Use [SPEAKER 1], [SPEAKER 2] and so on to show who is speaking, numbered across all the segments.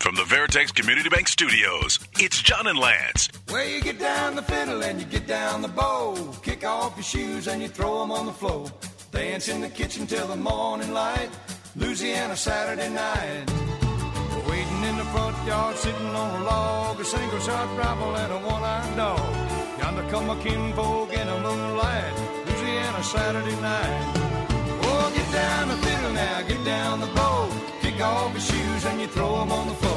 [SPEAKER 1] From the Veritex Community Bank Studios, it's John and Lance.
[SPEAKER 2] Where you get down the fiddle and you get down the bow. Kick off your shoes and you throw 'em on the floor. Dance in the kitchen till the morning light. Louisiana Saturday night. Waiting in the front yard, sitting on a log. A single shot rifle and a one eyed dog. Yonder come a kinfolk in the moonlight. Louisiana Saturday night. Oh, get down the fiddle now, get down the bow. Kick off your shoes and you throw 'em on the floor.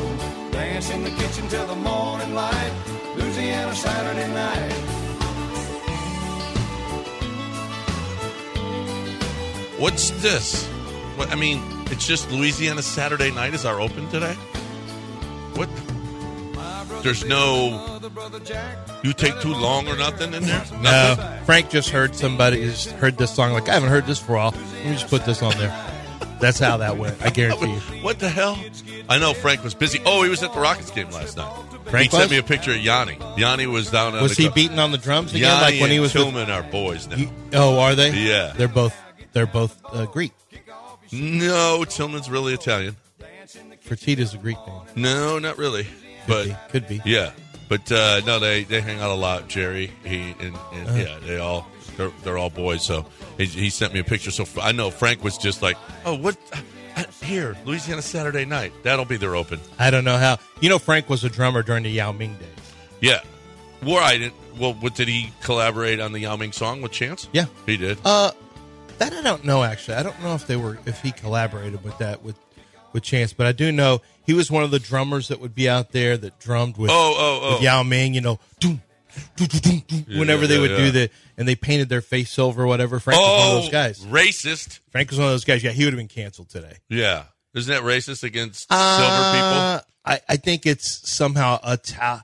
[SPEAKER 2] Dance in the kitchen till the morning light. Louisiana Saturday night.
[SPEAKER 3] What's this? What I mean, it's just Louisiana Saturday night is our open today. What? There's no you take too long or nothing in there. Nothing?
[SPEAKER 4] No, Frank just heard somebody just heard this song. Like I haven't heard this for a while. Let me just put this on there. That's how that went. I guarantee you.
[SPEAKER 3] What the hell? I know Frank was busy. Oh, he was at the Rockets game last night. he
[SPEAKER 4] Frank
[SPEAKER 3] sent
[SPEAKER 4] was?
[SPEAKER 3] me a picture of Yanni. Yanni was down. on
[SPEAKER 4] Was
[SPEAKER 3] the
[SPEAKER 4] he
[SPEAKER 3] gr-
[SPEAKER 4] beating on the drums again?
[SPEAKER 3] Yanni
[SPEAKER 4] like when he
[SPEAKER 3] and
[SPEAKER 4] was with,
[SPEAKER 3] Tillman are boys now.
[SPEAKER 4] you, Oh, are they?
[SPEAKER 3] Yeah.
[SPEAKER 4] They're both. They're both uh, Greek.
[SPEAKER 3] no, Tillman's really Italian.
[SPEAKER 4] Fertitta's a Greek name.
[SPEAKER 3] No, not really. But
[SPEAKER 4] He could be.
[SPEAKER 3] Yeah, but uh, no, they, they hang out a lot. Jerry, he and, and
[SPEAKER 4] Uh-huh.
[SPEAKER 3] yeah, they all they're, they're all boys. So he, he sent me a picture. So I know Frank was just like, oh, what here Louisiana Saturday night? That'll be their open.
[SPEAKER 4] I don't know how. You know, Frank was a drummer during the Yao Ming days.
[SPEAKER 3] Yeah, War I didn't. Well, what did he collaborate on the Yao Ming song with Chance?
[SPEAKER 4] Yeah.
[SPEAKER 3] he did.
[SPEAKER 4] Uh, that I don't know actually. I don't know if they were if he collaborated with that with with Chance, but I do know he was one of the drummers that would be out there that drummed with.
[SPEAKER 3] oh, oh,
[SPEAKER 4] with
[SPEAKER 3] oh.
[SPEAKER 4] Yao Ming, you know, doom, doom, doom, doom, doom, whenever
[SPEAKER 3] yeah,
[SPEAKER 4] they
[SPEAKER 3] yeah,
[SPEAKER 4] would
[SPEAKER 3] yeah.
[SPEAKER 4] do that, and they painted their face silver, or whatever. Frank was one of
[SPEAKER 3] Oh,
[SPEAKER 4] those guys.
[SPEAKER 3] racist.
[SPEAKER 4] Frank was one of those guys. Yeah, he would have been canceled today.
[SPEAKER 3] Yeah, isn't that racist against silver people?
[SPEAKER 4] Uh, I, I think it's somehow a ta-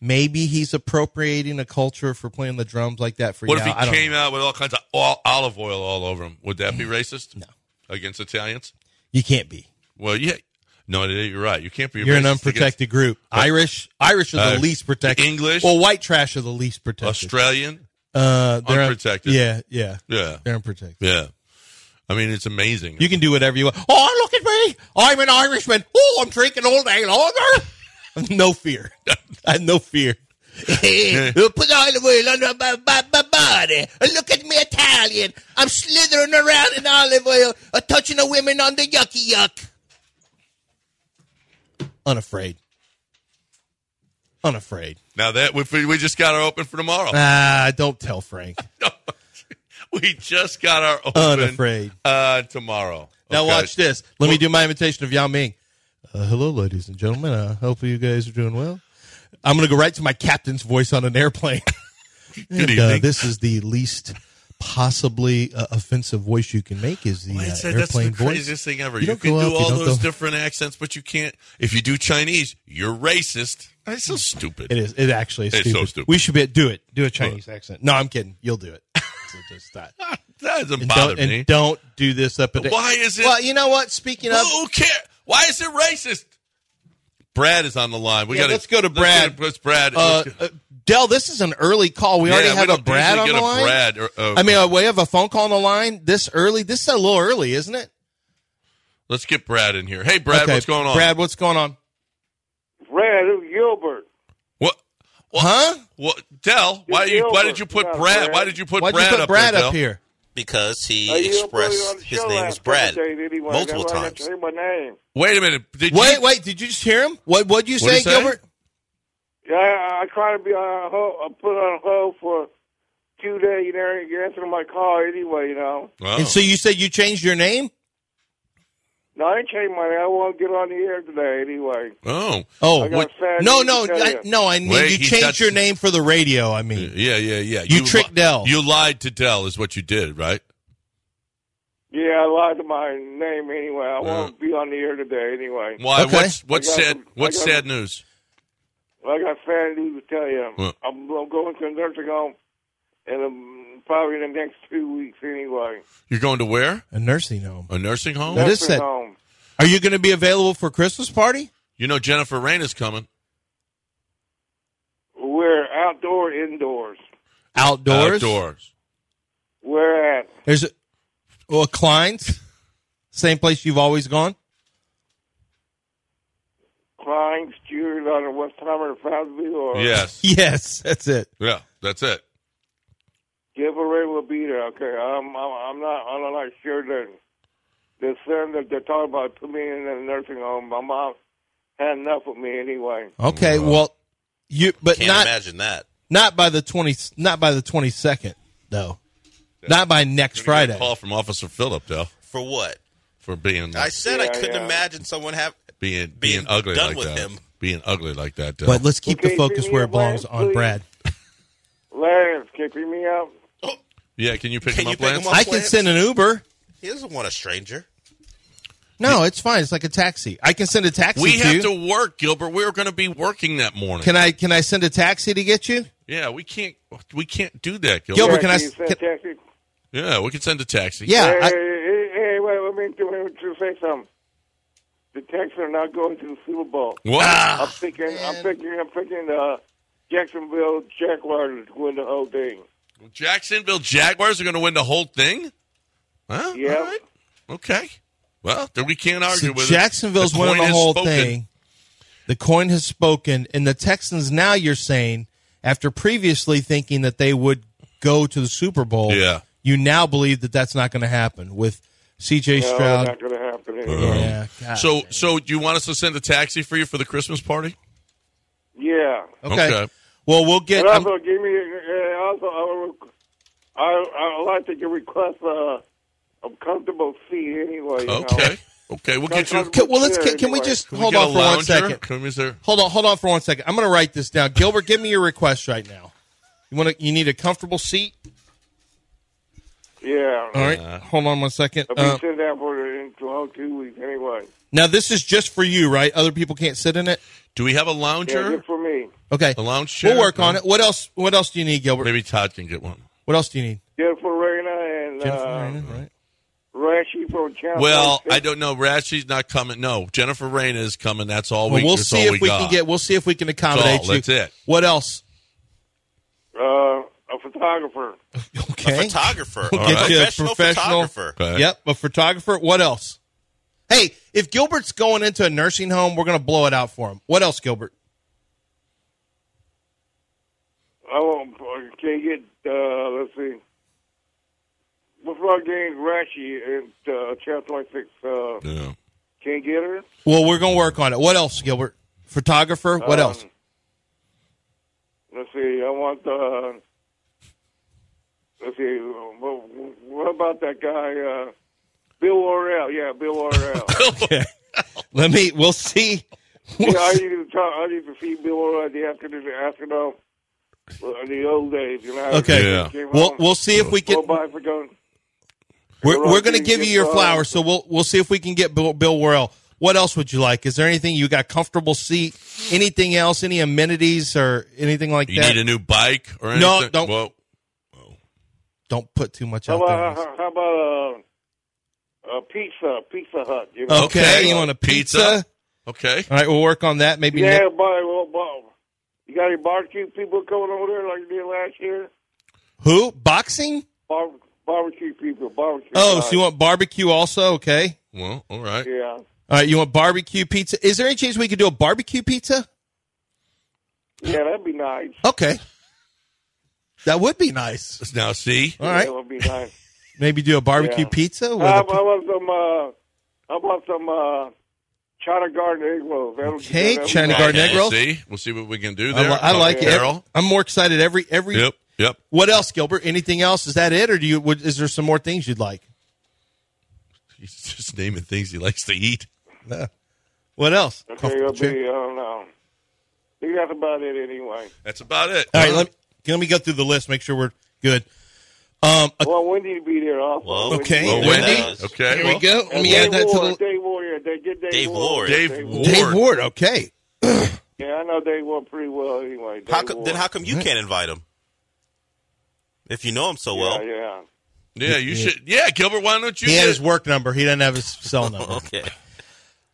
[SPEAKER 4] maybe he's appropriating a culture for playing the drums like that for
[SPEAKER 3] What
[SPEAKER 4] Yao. I
[SPEAKER 3] if he
[SPEAKER 4] don't
[SPEAKER 3] came
[SPEAKER 4] know. Mm.
[SPEAKER 3] out with all kinds of all, olive oil all over him? Would that be racist? No. Against Italians?
[SPEAKER 4] You can't be.
[SPEAKER 3] Well, yeah. No, you're right. You can't be.
[SPEAKER 4] You're
[SPEAKER 3] racist
[SPEAKER 4] an
[SPEAKER 3] against
[SPEAKER 4] unprotected group. Irish, Irish are the
[SPEAKER 3] Uh,
[SPEAKER 4] least protected.
[SPEAKER 3] English?
[SPEAKER 4] well, white trash are the least protected.
[SPEAKER 3] Australian.
[SPEAKER 4] uh, they're un-
[SPEAKER 3] Unprotected.
[SPEAKER 4] yeah, yeah,
[SPEAKER 3] Yeah.
[SPEAKER 4] they're unprotected.
[SPEAKER 3] Yeah. I mean, it's amazing.
[SPEAKER 4] You can do whatever you want. Oh, look at me. I'm an Irishman. Oh, I'm drinking all day longer. no fear. I have no fear. You Put all the oil on my, my, my body. Look at me, Italian. I'm slithering around in olive oil, uh, touching the women on the yucky yuck. Unafraid. Unafraid.
[SPEAKER 3] now that we, we just got our open for tomorrow.
[SPEAKER 4] Ah, don't tell Frank.
[SPEAKER 3] we just got our open.
[SPEAKER 4] Unafraid.
[SPEAKER 3] Uh, tomorrow.
[SPEAKER 4] Now
[SPEAKER 3] Okay.
[SPEAKER 4] watch this. Let me do my imitation of Yao Ming. Uh, hello, ladies and gentlemen. I hope you guys are doing well. I'm going to go right to my captain's voice on an airplane.
[SPEAKER 3] Good
[SPEAKER 4] And, uh,
[SPEAKER 3] evening.
[SPEAKER 4] this is the least possibly uh, offensive voice you can make is the
[SPEAKER 3] Well,
[SPEAKER 4] uh,
[SPEAKER 3] it's- that's the
[SPEAKER 4] airplane voice.
[SPEAKER 3] craziest thing ever.
[SPEAKER 4] You
[SPEAKER 3] You,
[SPEAKER 4] don't
[SPEAKER 3] can
[SPEAKER 4] go
[SPEAKER 3] do
[SPEAKER 4] up, you
[SPEAKER 3] all
[SPEAKER 4] don't
[SPEAKER 3] those
[SPEAKER 4] go-
[SPEAKER 3] different accents, but you can't. If you do Chinese, you're racist. That's so stupid.
[SPEAKER 4] It is. It actually is
[SPEAKER 3] It's so
[SPEAKER 4] stupid.
[SPEAKER 3] stupid.
[SPEAKER 4] We should be do it. Do a Chinese accent. No, I'm kidding. You'll do it. So just that.
[SPEAKER 3] That doesn't
[SPEAKER 4] And
[SPEAKER 3] bother
[SPEAKER 4] don't, and
[SPEAKER 3] me.
[SPEAKER 4] don't do this up. At
[SPEAKER 3] Why is it- Oh,
[SPEAKER 4] Well, you know what? Speaking of,
[SPEAKER 3] Who cares? Why is it racist? Brad is on the line. We
[SPEAKER 4] Yeah,
[SPEAKER 3] got
[SPEAKER 4] let's go to Brad.
[SPEAKER 3] Let's, Brad.
[SPEAKER 4] uh,
[SPEAKER 3] Let's go-
[SPEAKER 4] uh, Dell, this is an early call. We already
[SPEAKER 3] Yeah, we
[SPEAKER 4] have a
[SPEAKER 3] don't
[SPEAKER 4] Brad on
[SPEAKER 3] usually
[SPEAKER 4] the
[SPEAKER 3] get a
[SPEAKER 4] line.
[SPEAKER 3] Brad or- uh,
[SPEAKER 4] I mean, uh, we have a phone call on the line this early. This is a little early, isn't it?
[SPEAKER 3] let's get Brad in here. Hey, Brad,
[SPEAKER 4] Okay,
[SPEAKER 3] what's going on?
[SPEAKER 4] Brad, what's going on?
[SPEAKER 5] Brad Gilbert.
[SPEAKER 3] what? what
[SPEAKER 4] Huh?
[SPEAKER 3] What? Dell, why
[SPEAKER 5] You're
[SPEAKER 3] you? Why
[SPEAKER 5] over.
[SPEAKER 3] did you put
[SPEAKER 5] Yeah,
[SPEAKER 3] Brad?
[SPEAKER 5] Brad.
[SPEAKER 3] Why did you put
[SPEAKER 4] Why'd
[SPEAKER 3] Brad
[SPEAKER 4] you put
[SPEAKER 3] up
[SPEAKER 4] Brad
[SPEAKER 3] there, Del?
[SPEAKER 4] up here?
[SPEAKER 6] because he
[SPEAKER 5] Uh, you don't put it on
[SPEAKER 6] expressed
[SPEAKER 5] the
[SPEAKER 6] his
[SPEAKER 5] show
[SPEAKER 6] name
[SPEAKER 5] last
[SPEAKER 6] was Brad
[SPEAKER 5] time I did anyway.
[SPEAKER 6] multiple
[SPEAKER 5] That's why I had to
[SPEAKER 6] times.
[SPEAKER 5] say my name.
[SPEAKER 3] Wait a minute. Did you-
[SPEAKER 4] Wait, wait. Did you just hear him? What? What'd you
[SPEAKER 3] What'd
[SPEAKER 4] say,
[SPEAKER 3] he say?
[SPEAKER 4] Gilbert?
[SPEAKER 5] Yeah, I, I tried to be on hold, uh, put on hold for two days. You know, you're answering my call anyway. You know,
[SPEAKER 3] Oh.
[SPEAKER 4] And so you said you changed your name?
[SPEAKER 5] no, I ain't changed my name. I won't get on the air today anyway.
[SPEAKER 3] oh,
[SPEAKER 4] Oh,
[SPEAKER 5] I got
[SPEAKER 4] what-
[SPEAKER 5] a fan
[SPEAKER 4] no,
[SPEAKER 5] name
[SPEAKER 4] no,
[SPEAKER 5] to tell
[SPEAKER 4] I,
[SPEAKER 5] you.
[SPEAKER 4] no. I mean,
[SPEAKER 3] Wait,
[SPEAKER 4] you
[SPEAKER 3] he's
[SPEAKER 4] changed
[SPEAKER 3] got-
[SPEAKER 4] your name for the radio. I mean,
[SPEAKER 3] yeah, yeah, yeah.
[SPEAKER 4] You tricked Del.
[SPEAKER 3] You lied to Dell, is what you did, right?
[SPEAKER 5] Yeah, I lied to my name anyway. I
[SPEAKER 6] Uh-huh.
[SPEAKER 5] won't
[SPEAKER 3] Uh.
[SPEAKER 5] be on the air today anyway.
[SPEAKER 3] Why?
[SPEAKER 4] Okay.
[SPEAKER 3] What's what's
[SPEAKER 5] I got-
[SPEAKER 3] sad? What's
[SPEAKER 5] I got-
[SPEAKER 3] sad news?
[SPEAKER 5] I got fan news to tell you.
[SPEAKER 3] What?
[SPEAKER 5] I'm, I'm going to a nursing home in um, probably in the next two weeks anyway.
[SPEAKER 3] You're going to where?
[SPEAKER 4] A nursing home.
[SPEAKER 3] A nursing home?
[SPEAKER 4] That is
[SPEAKER 5] Nursing
[SPEAKER 4] sad.
[SPEAKER 5] home.
[SPEAKER 4] Are you going to be available for Christmas party?
[SPEAKER 3] You know Jennifer Rain is coming.
[SPEAKER 5] We're outdoor, indoors.
[SPEAKER 4] Outdoors.
[SPEAKER 3] Outdoors.
[SPEAKER 5] We're at
[SPEAKER 4] There's a, well, Klein's, same place you've always gone.
[SPEAKER 5] Klein's Jewelers out of Westheimer, Fowlsville. Or
[SPEAKER 3] Yes.
[SPEAKER 4] Yes, that's it.
[SPEAKER 3] Yeah, that's it.
[SPEAKER 5] Giveaway will be there. Okay, I'm I'm, I'm not I'm not sure that the son that they're talking about put me in a nursing home. My mom had enough of me anyway.
[SPEAKER 4] Okay, well, you but
[SPEAKER 6] Can't
[SPEAKER 4] not
[SPEAKER 6] imagine that.
[SPEAKER 4] not by the twenty not by the twenty second though, not by next Friday.
[SPEAKER 3] Call from Officer Phillip though
[SPEAKER 6] For what?
[SPEAKER 3] for being
[SPEAKER 6] I said I
[SPEAKER 5] Yeah,
[SPEAKER 6] couldn't
[SPEAKER 5] yeah.
[SPEAKER 6] imagine someone have.
[SPEAKER 3] being being
[SPEAKER 6] being
[SPEAKER 3] ugly
[SPEAKER 6] done
[SPEAKER 3] like
[SPEAKER 6] with
[SPEAKER 3] that.
[SPEAKER 6] him.
[SPEAKER 3] Being ugly like that. uh, Though.
[SPEAKER 4] But let's keep
[SPEAKER 5] Okay,
[SPEAKER 4] the focus
[SPEAKER 5] bring me
[SPEAKER 4] where
[SPEAKER 5] a
[SPEAKER 4] it belongs
[SPEAKER 5] blank,
[SPEAKER 4] on
[SPEAKER 5] please.
[SPEAKER 4] Brad.
[SPEAKER 5] Lance, can you pick me up?
[SPEAKER 3] yeah, can you pick
[SPEAKER 6] Can
[SPEAKER 3] him
[SPEAKER 6] you
[SPEAKER 3] up,
[SPEAKER 6] pick
[SPEAKER 3] Lance?
[SPEAKER 6] him up?
[SPEAKER 4] I can send an Uber.
[SPEAKER 6] He doesn't want a stranger.
[SPEAKER 4] No, it's fine. It's like a taxi. I can send a taxi.
[SPEAKER 3] We
[SPEAKER 4] to you.
[SPEAKER 3] have to work, Gilbert. We're going to be working that morning.
[SPEAKER 4] Can I can I send a taxi to get you?
[SPEAKER 3] yeah, we can't we can't do that,
[SPEAKER 4] Gilbert,
[SPEAKER 3] Gilbert.
[SPEAKER 4] can I
[SPEAKER 5] you
[SPEAKER 4] s-
[SPEAKER 5] send
[SPEAKER 4] can-
[SPEAKER 5] taxi?
[SPEAKER 3] Yeah, we can send a taxi.
[SPEAKER 4] Yeah,
[SPEAKER 5] Hey,
[SPEAKER 4] I-
[SPEAKER 5] hey, hey, wait, let me, let me just say something. The Texans are not going to the Super Bowl.
[SPEAKER 3] What?
[SPEAKER 6] Ah.
[SPEAKER 4] Ah,
[SPEAKER 5] I'm picking, I'm picking, I'm picking uh, Jacksonville Jaguars to win the whole thing.
[SPEAKER 3] Jacksonville Jaguars are going to win the whole thing? Huh?
[SPEAKER 5] Yeah.
[SPEAKER 3] All right. Okay. Well, then we can't argue
[SPEAKER 4] So
[SPEAKER 3] with it.
[SPEAKER 4] Jacksonville's
[SPEAKER 3] The
[SPEAKER 4] winning
[SPEAKER 3] coin
[SPEAKER 4] the
[SPEAKER 3] has
[SPEAKER 4] whole
[SPEAKER 3] spoken.
[SPEAKER 4] thing. The coin has spoken, and the Texans now you're saying after previously thinking that they would go to the Super Bowl,
[SPEAKER 3] Yeah.
[SPEAKER 4] you now believe that that's not going to happen with C.J.
[SPEAKER 5] No,
[SPEAKER 4] Stroud.
[SPEAKER 5] Oh, not going to happen. Anyway.
[SPEAKER 4] yeah, God.
[SPEAKER 3] So, so do you want us to send a taxi for you for the Christmas party?
[SPEAKER 5] Yeah.
[SPEAKER 4] okay.
[SPEAKER 3] okay.
[SPEAKER 4] Well, we'll get.
[SPEAKER 5] And
[SPEAKER 4] I'm-
[SPEAKER 5] also, give me. Uh, also, I would- I I would like to get request uh, a comfortable seat anyway. You
[SPEAKER 3] Okay.
[SPEAKER 5] Know?
[SPEAKER 3] Okay. We'll get you.
[SPEAKER 4] Okay, well, let's
[SPEAKER 5] Yeah,
[SPEAKER 4] can, can we
[SPEAKER 5] anyway.
[SPEAKER 4] just
[SPEAKER 3] Can we
[SPEAKER 4] hold
[SPEAKER 3] get
[SPEAKER 4] on
[SPEAKER 3] a
[SPEAKER 4] for one
[SPEAKER 3] lounger?
[SPEAKER 4] second?
[SPEAKER 3] Can we, is there-
[SPEAKER 4] Hold on, hold on for one second. I'm going to write this down. Gilbert, give me your request right now. You want to? You need a comfortable seat.
[SPEAKER 5] Yeah.
[SPEAKER 4] All right. Hold on one second.
[SPEAKER 5] I'll be
[SPEAKER 4] Uh,
[SPEAKER 5] sitting down for the- in two, oh, two weeks anyway.
[SPEAKER 4] now this is just for you, right? Other people can't sit in it.
[SPEAKER 3] do we have a
[SPEAKER 5] Yeah,
[SPEAKER 3] lounger?
[SPEAKER 5] good for me.
[SPEAKER 4] Okay.
[SPEAKER 3] A lounge chair?
[SPEAKER 4] We'll work on
[SPEAKER 3] No.
[SPEAKER 4] it. What else? What else do you need, Gilbert?
[SPEAKER 3] Maybe Todd can get one.
[SPEAKER 4] What else do you need?
[SPEAKER 5] Good for Raina and
[SPEAKER 4] Jennifer
[SPEAKER 5] uh,
[SPEAKER 4] Raina, right?
[SPEAKER 5] Rashi for Channel
[SPEAKER 3] Well,
[SPEAKER 5] 46.
[SPEAKER 3] I don't know. Rashi's not coming. No, Jennifer Rain is coming. That's all
[SPEAKER 4] Well,
[SPEAKER 3] we.
[SPEAKER 4] we'll
[SPEAKER 3] that's
[SPEAKER 4] see
[SPEAKER 3] all
[SPEAKER 4] if we
[SPEAKER 3] got.
[SPEAKER 4] can get. We'll see if we can accommodate you.
[SPEAKER 3] That's it.
[SPEAKER 4] What else?
[SPEAKER 5] uh, a photographer.
[SPEAKER 4] Okay.
[SPEAKER 6] Photographer.
[SPEAKER 4] We'll
[SPEAKER 6] All
[SPEAKER 4] get
[SPEAKER 6] right.
[SPEAKER 4] you a
[SPEAKER 6] professional,
[SPEAKER 4] professional-
[SPEAKER 6] photographer.
[SPEAKER 3] Okay.
[SPEAKER 4] Yep. A photographer. What else? Hey, if Gilbert's going into a nursing home, we're going to blow it out for him. What else, Gilbert?
[SPEAKER 5] I won't. Can you get? Uh, let's see. What's wrong getting Rashi and uh, Channel 46? Uh,
[SPEAKER 3] Yeah.
[SPEAKER 5] can't get her.
[SPEAKER 4] Well, we're going to work on it. What else, Gilbert? Photographer. What
[SPEAKER 5] Um,
[SPEAKER 4] else?
[SPEAKER 5] Let's see. I want the. Let's see. What, what about that guy, uh, Bill Orell? Yeah, Bill Orell.
[SPEAKER 4] Let me. We'll see.
[SPEAKER 5] yeah, I need to talk. I need to see Bill Orell the afternoon. After the, afternoon, in the old days, you know. how
[SPEAKER 4] Okay.
[SPEAKER 5] he
[SPEAKER 3] Yeah.
[SPEAKER 5] came
[SPEAKER 4] We'll
[SPEAKER 5] home,
[SPEAKER 4] we'll see if we
[SPEAKER 5] go
[SPEAKER 4] can.
[SPEAKER 5] by for going.
[SPEAKER 4] We're,
[SPEAKER 5] Rosie,
[SPEAKER 4] we're going to give you
[SPEAKER 5] get
[SPEAKER 4] your
[SPEAKER 5] Rosie.
[SPEAKER 4] flowers, so we'll we'll see if we can get Bill, Bill Worrell. What else would you like? Is there anything you got? Comfortable seat? Anything else? Any amenities or anything like
[SPEAKER 3] You
[SPEAKER 4] that?
[SPEAKER 3] need a new bike or anything?
[SPEAKER 4] No, don't.
[SPEAKER 3] Well,
[SPEAKER 4] Don't put too much
[SPEAKER 5] How
[SPEAKER 4] out
[SPEAKER 5] about
[SPEAKER 4] there.
[SPEAKER 5] how, how about uh, a pizza, Pizza Hut? You know?
[SPEAKER 4] Okay,
[SPEAKER 3] Okay.
[SPEAKER 4] you want a pizza?
[SPEAKER 3] Pizza? okay.
[SPEAKER 4] All right, we'll work on that. Maybe
[SPEAKER 5] Yeah,
[SPEAKER 4] Nick-
[SPEAKER 5] everybody. Well, well, you got any barbecue people coming over there like you did last year?
[SPEAKER 4] who boxing?
[SPEAKER 5] Bar- barbecue people, barbecue.
[SPEAKER 4] Oh,
[SPEAKER 5] guys.
[SPEAKER 4] so you want barbecue also? Okay.
[SPEAKER 3] Well, all right.
[SPEAKER 5] Yeah.
[SPEAKER 4] All right, you want barbecue pizza? Is there any chance we could do a barbecue pizza?
[SPEAKER 5] Yeah, that'd be nice.
[SPEAKER 4] Okay, that would be nice.
[SPEAKER 3] Now, see,
[SPEAKER 4] All right,
[SPEAKER 5] That would be nice.
[SPEAKER 4] maybe do a barbecue
[SPEAKER 5] Yeah.
[SPEAKER 4] pizza.
[SPEAKER 5] I,
[SPEAKER 4] With
[SPEAKER 5] I
[SPEAKER 4] a pi-
[SPEAKER 5] want some, uh, I want some, uh, China Garden egg rolls. That'll,
[SPEAKER 4] Okay,
[SPEAKER 5] that'll be
[SPEAKER 4] China
[SPEAKER 5] nice.
[SPEAKER 4] Garden egg
[SPEAKER 3] we'll
[SPEAKER 4] rolls.
[SPEAKER 3] see. We'll see what we can do
[SPEAKER 4] I,
[SPEAKER 3] there.
[SPEAKER 4] li- I like it.
[SPEAKER 3] Carol.
[SPEAKER 4] I'm more excited every every
[SPEAKER 3] Yep. Yep.
[SPEAKER 4] What else, Gilbert? Anything else? Is that it, or do you? Would, is there some more things you'd like?
[SPEAKER 3] He's just naming things he likes to eat.
[SPEAKER 4] What else?
[SPEAKER 5] Okay, it'll be, I don't know. I think that's about it anyway.
[SPEAKER 3] That's about it.
[SPEAKER 4] All right, let me, let me go through the list. Make sure we're good. Um, a-
[SPEAKER 5] Well, Wendy will be there also.
[SPEAKER 6] Whoa.
[SPEAKER 5] Wendy.
[SPEAKER 4] okay,
[SPEAKER 3] Oh,
[SPEAKER 6] Wendy.
[SPEAKER 3] Wendy. Okay.
[SPEAKER 4] Here
[SPEAKER 3] well,
[SPEAKER 4] we go. Let
[SPEAKER 5] And
[SPEAKER 4] me
[SPEAKER 5] Dave
[SPEAKER 4] add that to
[SPEAKER 5] Ward,
[SPEAKER 4] the
[SPEAKER 5] Dave Warrior. They get Dave,
[SPEAKER 6] Dave
[SPEAKER 5] Ward.
[SPEAKER 6] Ward.
[SPEAKER 3] Dave Ward.
[SPEAKER 4] Dave Ward. Okay,
[SPEAKER 5] Yeah, I know Dave Ward pretty well anyway.
[SPEAKER 6] How
[SPEAKER 5] Dave
[SPEAKER 6] come,
[SPEAKER 5] Ward.
[SPEAKER 6] then how come you can't invite him? If you know him so well.
[SPEAKER 5] yeah, yeah.
[SPEAKER 3] Yeah, you should. Yeah, Gilbert, why don't you?
[SPEAKER 4] He had
[SPEAKER 3] get-
[SPEAKER 4] his work number. He didn't have his cell number. All
[SPEAKER 6] Okay.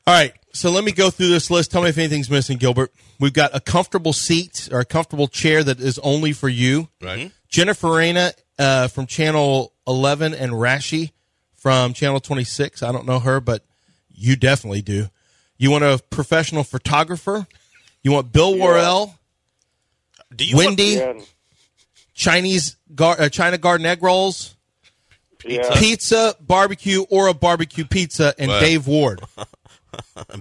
[SPEAKER 4] right. So let me go through this list. Tell me if anything's missing, Gilbert. We've got a comfortable seat or a comfortable chair that is only for you. Mm-hmm.
[SPEAKER 3] right.
[SPEAKER 4] Jennifer Arena, uh, from Channel 11 and Rashi from Channel 26. I don't know her, but you definitely do. You want a professional photographer? You want Bill Worrell,
[SPEAKER 6] Do you want
[SPEAKER 4] Wendy,
[SPEAKER 5] Yeah,
[SPEAKER 4] Chinese gar- uh, China Garden egg rolls,
[SPEAKER 5] yeah.
[SPEAKER 4] pizza, barbecue, or a barbecue pizza, and
[SPEAKER 3] Wow.
[SPEAKER 4] Dave Ward.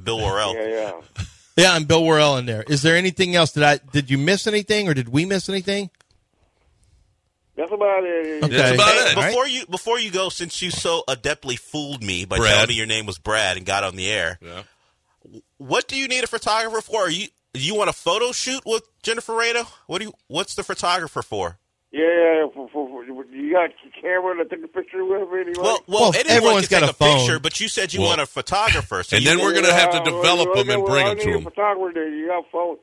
[SPEAKER 6] Bill Worrell?
[SPEAKER 5] Yeah, yeah.
[SPEAKER 4] Yeah, and Bill Worrell in there. Is there anything else? Did I did you miss anything, or did we miss anything?
[SPEAKER 5] That's about it.
[SPEAKER 4] Okay.
[SPEAKER 3] That's about
[SPEAKER 6] Hey,
[SPEAKER 3] it.
[SPEAKER 6] before you before you go, since you so adeptly fooled me by
[SPEAKER 3] Brad.
[SPEAKER 6] telling me your name was Brad and got on the air,
[SPEAKER 3] Yeah.
[SPEAKER 6] what do you need a photographer for? Are you you want a photo shoot with Jennifer Rado? What do you? What's the photographer for?
[SPEAKER 5] Yeah, yeah. For, for, for, you got a camera to take a picture with anyway?
[SPEAKER 6] Well, well,
[SPEAKER 4] Well,
[SPEAKER 6] anyone
[SPEAKER 4] everyone's
[SPEAKER 6] can
[SPEAKER 4] got
[SPEAKER 6] take
[SPEAKER 4] a phone.
[SPEAKER 6] picture, but you said you
[SPEAKER 3] Well,
[SPEAKER 6] want a photographer. So
[SPEAKER 3] and
[SPEAKER 6] you-
[SPEAKER 3] then we're gonna have to develop
[SPEAKER 5] well,
[SPEAKER 3] them and
[SPEAKER 5] well,
[SPEAKER 3] bring
[SPEAKER 5] I
[SPEAKER 3] them
[SPEAKER 5] need
[SPEAKER 3] to
[SPEAKER 5] a
[SPEAKER 3] them.
[SPEAKER 5] Photographer, you got phone.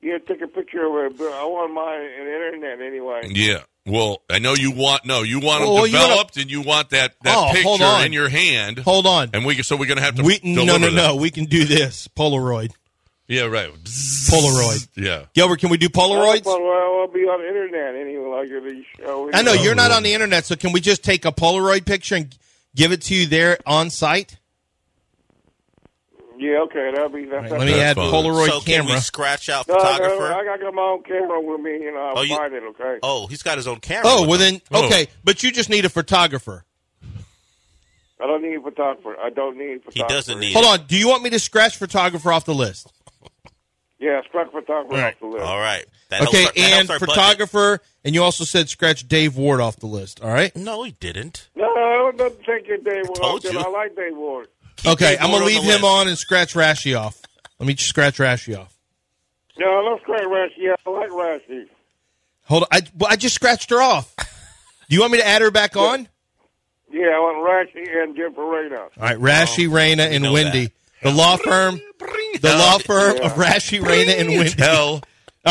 [SPEAKER 5] You gotta take a picture of it, but I want mine in the internet anyway.
[SPEAKER 3] Yeah. Well, I know you want no, you want them
[SPEAKER 4] Well, you wanna-
[SPEAKER 3] developed, and you want that that
[SPEAKER 4] Oh,
[SPEAKER 3] picture
[SPEAKER 4] hold on.
[SPEAKER 3] in your hand.
[SPEAKER 4] Hold on.
[SPEAKER 3] and we can- so we're gonna have to
[SPEAKER 4] We no
[SPEAKER 3] deliver
[SPEAKER 4] no
[SPEAKER 3] them.
[SPEAKER 4] no. We can do this Polaroid.
[SPEAKER 3] Yeah, right. Bzzz.
[SPEAKER 4] Polaroid.
[SPEAKER 3] Yeah.
[SPEAKER 4] Gilbert, can we do
[SPEAKER 5] Well,
[SPEAKER 4] Polaroids?
[SPEAKER 5] I'll be on the internet anyway, like oh, the show.
[SPEAKER 4] I know you're not on the internet, so can we just take a Polaroid picture and give it to you there on site?
[SPEAKER 5] Yeah, okay, that'll be that's.
[SPEAKER 4] Let me
[SPEAKER 3] That's
[SPEAKER 4] add
[SPEAKER 3] fine.
[SPEAKER 4] Polaroid
[SPEAKER 6] so can we
[SPEAKER 4] camera.
[SPEAKER 6] scratch out
[SPEAKER 5] no,
[SPEAKER 6] photographer?
[SPEAKER 5] no, I got my own camera with me, and I'll
[SPEAKER 6] Oh, you-
[SPEAKER 5] find it. Okay.
[SPEAKER 6] oh, he's got his own camera.
[SPEAKER 4] Oh, well
[SPEAKER 6] with him.
[SPEAKER 4] then,
[SPEAKER 3] Oh.
[SPEAKER 4] okay, but you just need a photographer.
[SPEAKER 5] I don't need a photographer. I don't need.
[SPEAKER 6] he
[SPEAKER 5] Photographer.
[SPEAKER 6] doesn't need.
[SPEAKER 4] Hold on. Do you want me to scratch photographer off the list?
[SPEAKER 5] Yeah, scrap photographer
[SPEAKER 4] All right.
[SPEAKER 5] off the list.
[SPEAKER 6] All right. That
[SPEAKER 4] Okay,
[SPEAKER 6] helps our- that
[SPEAKER 4] and
[SPEAKER 6] helps our budget.
[SPEAKER 4] photographer, and you also said scratch Dave Ward off the list. All right.
[SPEAKER 6] No, he didn't.
[SPEAKER 5] No, I don't, don't take your Dave Ward.
[SPEAKER 6] told
[SPEAKER 5] off,
[SPEAKER 6] you.
[SPEAKER 5] I like Dave Ward.
[SPEAKER 4] Okay,
[SPEAKER 6] Dave
[SPEAKER 4] I'm
[SPEAKER 6] Ward
[SPEAKER 4] gonna
[SPEAKER 6] on the
[SPEAKER 4] leave him
[SPEAKER 6] list.
[SPEAKER 4] on and scratch Rashi off. Let me just scratch Rashi off.
[SPEAKER 5] No, I don't scratch Rashi. Yeah, I like Rashi.
[SPEAKER 4] Hold on, I, well, I just scratched her off. Do you want me to add her back on?
[SPEAKER 5] Yeah, I want Rashi and Jim
[SPEAKER 6] Uh,
[SPEAKER 5] Parada.
[SPEAKER 4] All right, Rashi, Raina, and
[SPEAKER 6] know
[SPEAKER 4] Wendy,
[SPEAKER 6] that.
[SPEAKER 4] the law firm, the law firm of Rashi, Raina, and Wendy.
[SPEAKER 3] Hell.
[SPEAKER 4] All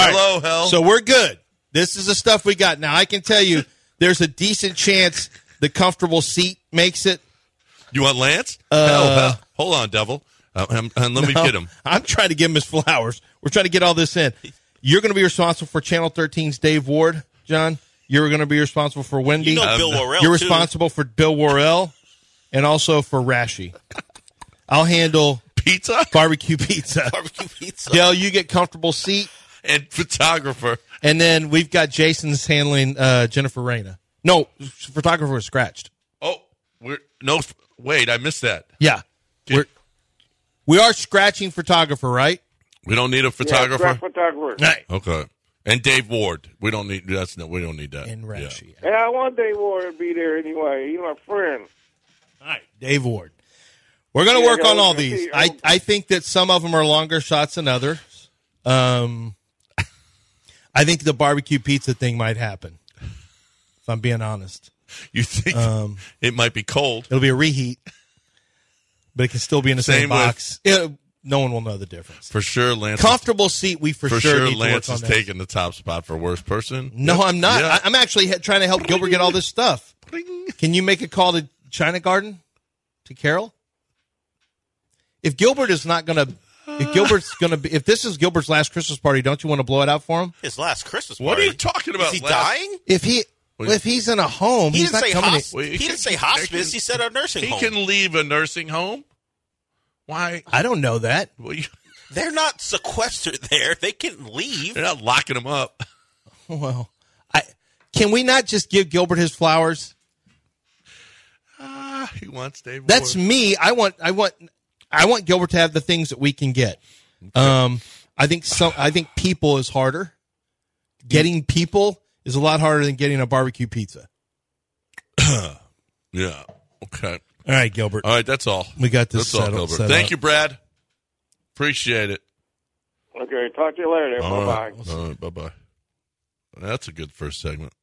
[SPEAKER 4] right.
[SPEAKER 3] Hello, hell.
[SPEAKER 4] So we're good. This is the stuff we got. Now I can tell you, there's a decent chance the comfortable seat makes it.
[SPEAKER 3] you want Lance?
[SPEAKER 4] Uh,
[SPEAKER 3] hell, hell. Hold on, devil. Uh, um, um, let me get him.
[SPEAKER 4] I'm trying to give him his flowers. We're trying to get all this in. You're going to be responsible for Channel 13's Dave Ward, John. You're going to be responsible for Wendy. Uh,
[SPEAKER 6] You know
[SPEAKER 3] Um,
[SPEAKER 6] Bill Worrell.
[SPEAKER 4] You're
[SPEAKER 6] too.
[SPEAKER 4] responsible for Bill Worrell and also for Rashi. I'll handle
[SPEAKER 3] Pizza
[SPEAKER 4] barbecue pizza.
[SPEAKER 6] Barbecue pizza.
[SPEAKER 4] Dell, you get comfortable seat,
[SPEAKER 3] and photographer.
[SPEAKER 4] and then we've got Jason's handling uh, Jennifer Reyna. No, photographer was scratched.
[SPEAKER 3] Oh, we're no. Wait, I missed that.
[SPEAKER 4] Yeah, we're we are scratching photographer, right?
[SPEAKER 3] We don't need a
[SPEAKER 5] Yeah,
[SPEAKER 3] photographer.
[SPEAKER 5] scrap photographer.
[SPEAKER 4] Right.
[SPEAKER 3] Okay. And Dave Ward. We don't need that's no we don't need that.
[SPEAKER 4] And Rashi.
[SPEAKER 5] Yeah, I want Dave Ward to be there anyway. He's my friend.
[SPEAKER 4] All right, Dave Ward. We're going to
[SPEAKER 5] Yeah,
[SPEAKER 4] work on
[SPEAKER 5] yeah,
[SPEAKER 4] all
[SPEAKER 5] okay,
[SPEAKER 4] these.
[SPEAKER 5] okay.
[SPEAKER 4] I, I think that some of them are longer shots than others. Um, I think the barbecue pizza thing might happen. If I'm being honest,
[SPEAKER 3] Yeah. You think
[SPEAKER 4] Um,
[SPEAKER 3] it might be cold.
[SPEAKER 4] it'll be a reheat, but it can still be in the same,
[SPEAKER 3] Same with-
[SPEAKER 4] box. It- no one will know the difference.
[SPEAKER 3] For sure Lance
[SPEAKER 4] Comfortable seat, we for,
[SPEAKER 3] for
[SPEAKER 4] sure,
[SPEAKER 3] sure
[SPEAKER 4] need
[SPEAKER 3] Lance
[SPEAKER 4] to
[SPEAKER 3] is
[SPEAKER 4] work on that.
[SPEAKER 3] taking the top spot for worst person.
[SPEAKER 4] No, I'm not.
[SPEAKER 3] Yeah.
[SPEAKER 4] I, I'm actually he- trying to help Gilbert get all this stuff. Can you make a call to China Garden to Carol? If Gilbert is not going to, if Gilbert's going to be, if this is Gilbert's last Christmas party, don't you want to blow it out for him?
[SPEAKER 6] His last Christmas
[SPEAKER 3] What are
[SPEAKER 6] party.
[SPEAKER 3] you talking about,
[SPEAKER 6] Is he
[SPEAKER 3] Les?
[SPEAKER 6] dying?
[SPEAKER 4] If he,
[SPEAKER 3] Wait.
[SPEAKER 4] if he's in a home,
[SPEAKER 6] He
[SPEAKER 4] he's
[SPEAKER 6] didn't
[SPEAKER 4] not
[SPEAKER 6] say
[SPEAKER 4] coming.
[SPEAKER 6] hospice.
[SPEAKER 3] Well,
[SPEAKER 6] He
[SPEAKER 3] he
[SPEAKER 6] didn't
[SPEAKER 3] can-
[SPEAKER 6] say
[SPEAKER 3] he
[SPEAKER 6] hospice.
[SPEAKER 3] can-
[SPEAKER 6] He said a nursing
[SPEAKER 3] He
[SPEAKER 6] home.
[SPEAKER 3] can leave a nursing home. Why
[SPEAKER 4] I don't know that.
[SPEAKER 3] well you
[SPEAKER 6] They're not sequestered there. They can leave.
[SPEAKER 3] they're not locking him up.
[SPEAKER 4] Well, I can we not just give Gilbert his flowers?
[SPEAKER 3] Ah, he wants Dave
[SPEAKER 4] That's
[SPEAKER 3] Ward.
[SPEAKER 4] me. I want I want I want Gilbert to have the things that we can get. Um I think so I think people is harder. Getting people is a lot harder than getting a barbecue pizza.
[SPEAKER 3] Yeah. Okay.
[SPEAKER 4] All right, Gilbert.
[SPEAKER 3] All right, that's all.
[SPEAKER 4] We got this
[SPEAKER 3] That's all,
[SPEAKER 4] settled-
[SPEAKER 3] Gilbert.
[SPEAKER 4] set
[SPEAKER 3] Thank
[SPEAKER 4] up.
[SPEAKER 3] you, Brad. Appreciate it.
[SPEAKER 5] Okay, talk to you later.
[SPEAKER 3] All
[SPEAKER 5] Bye
[SPEAKER 3] right.
[SPEAKER 5] bye.
[SPEAKER 3] All right. Bye bye. That's a good first segment.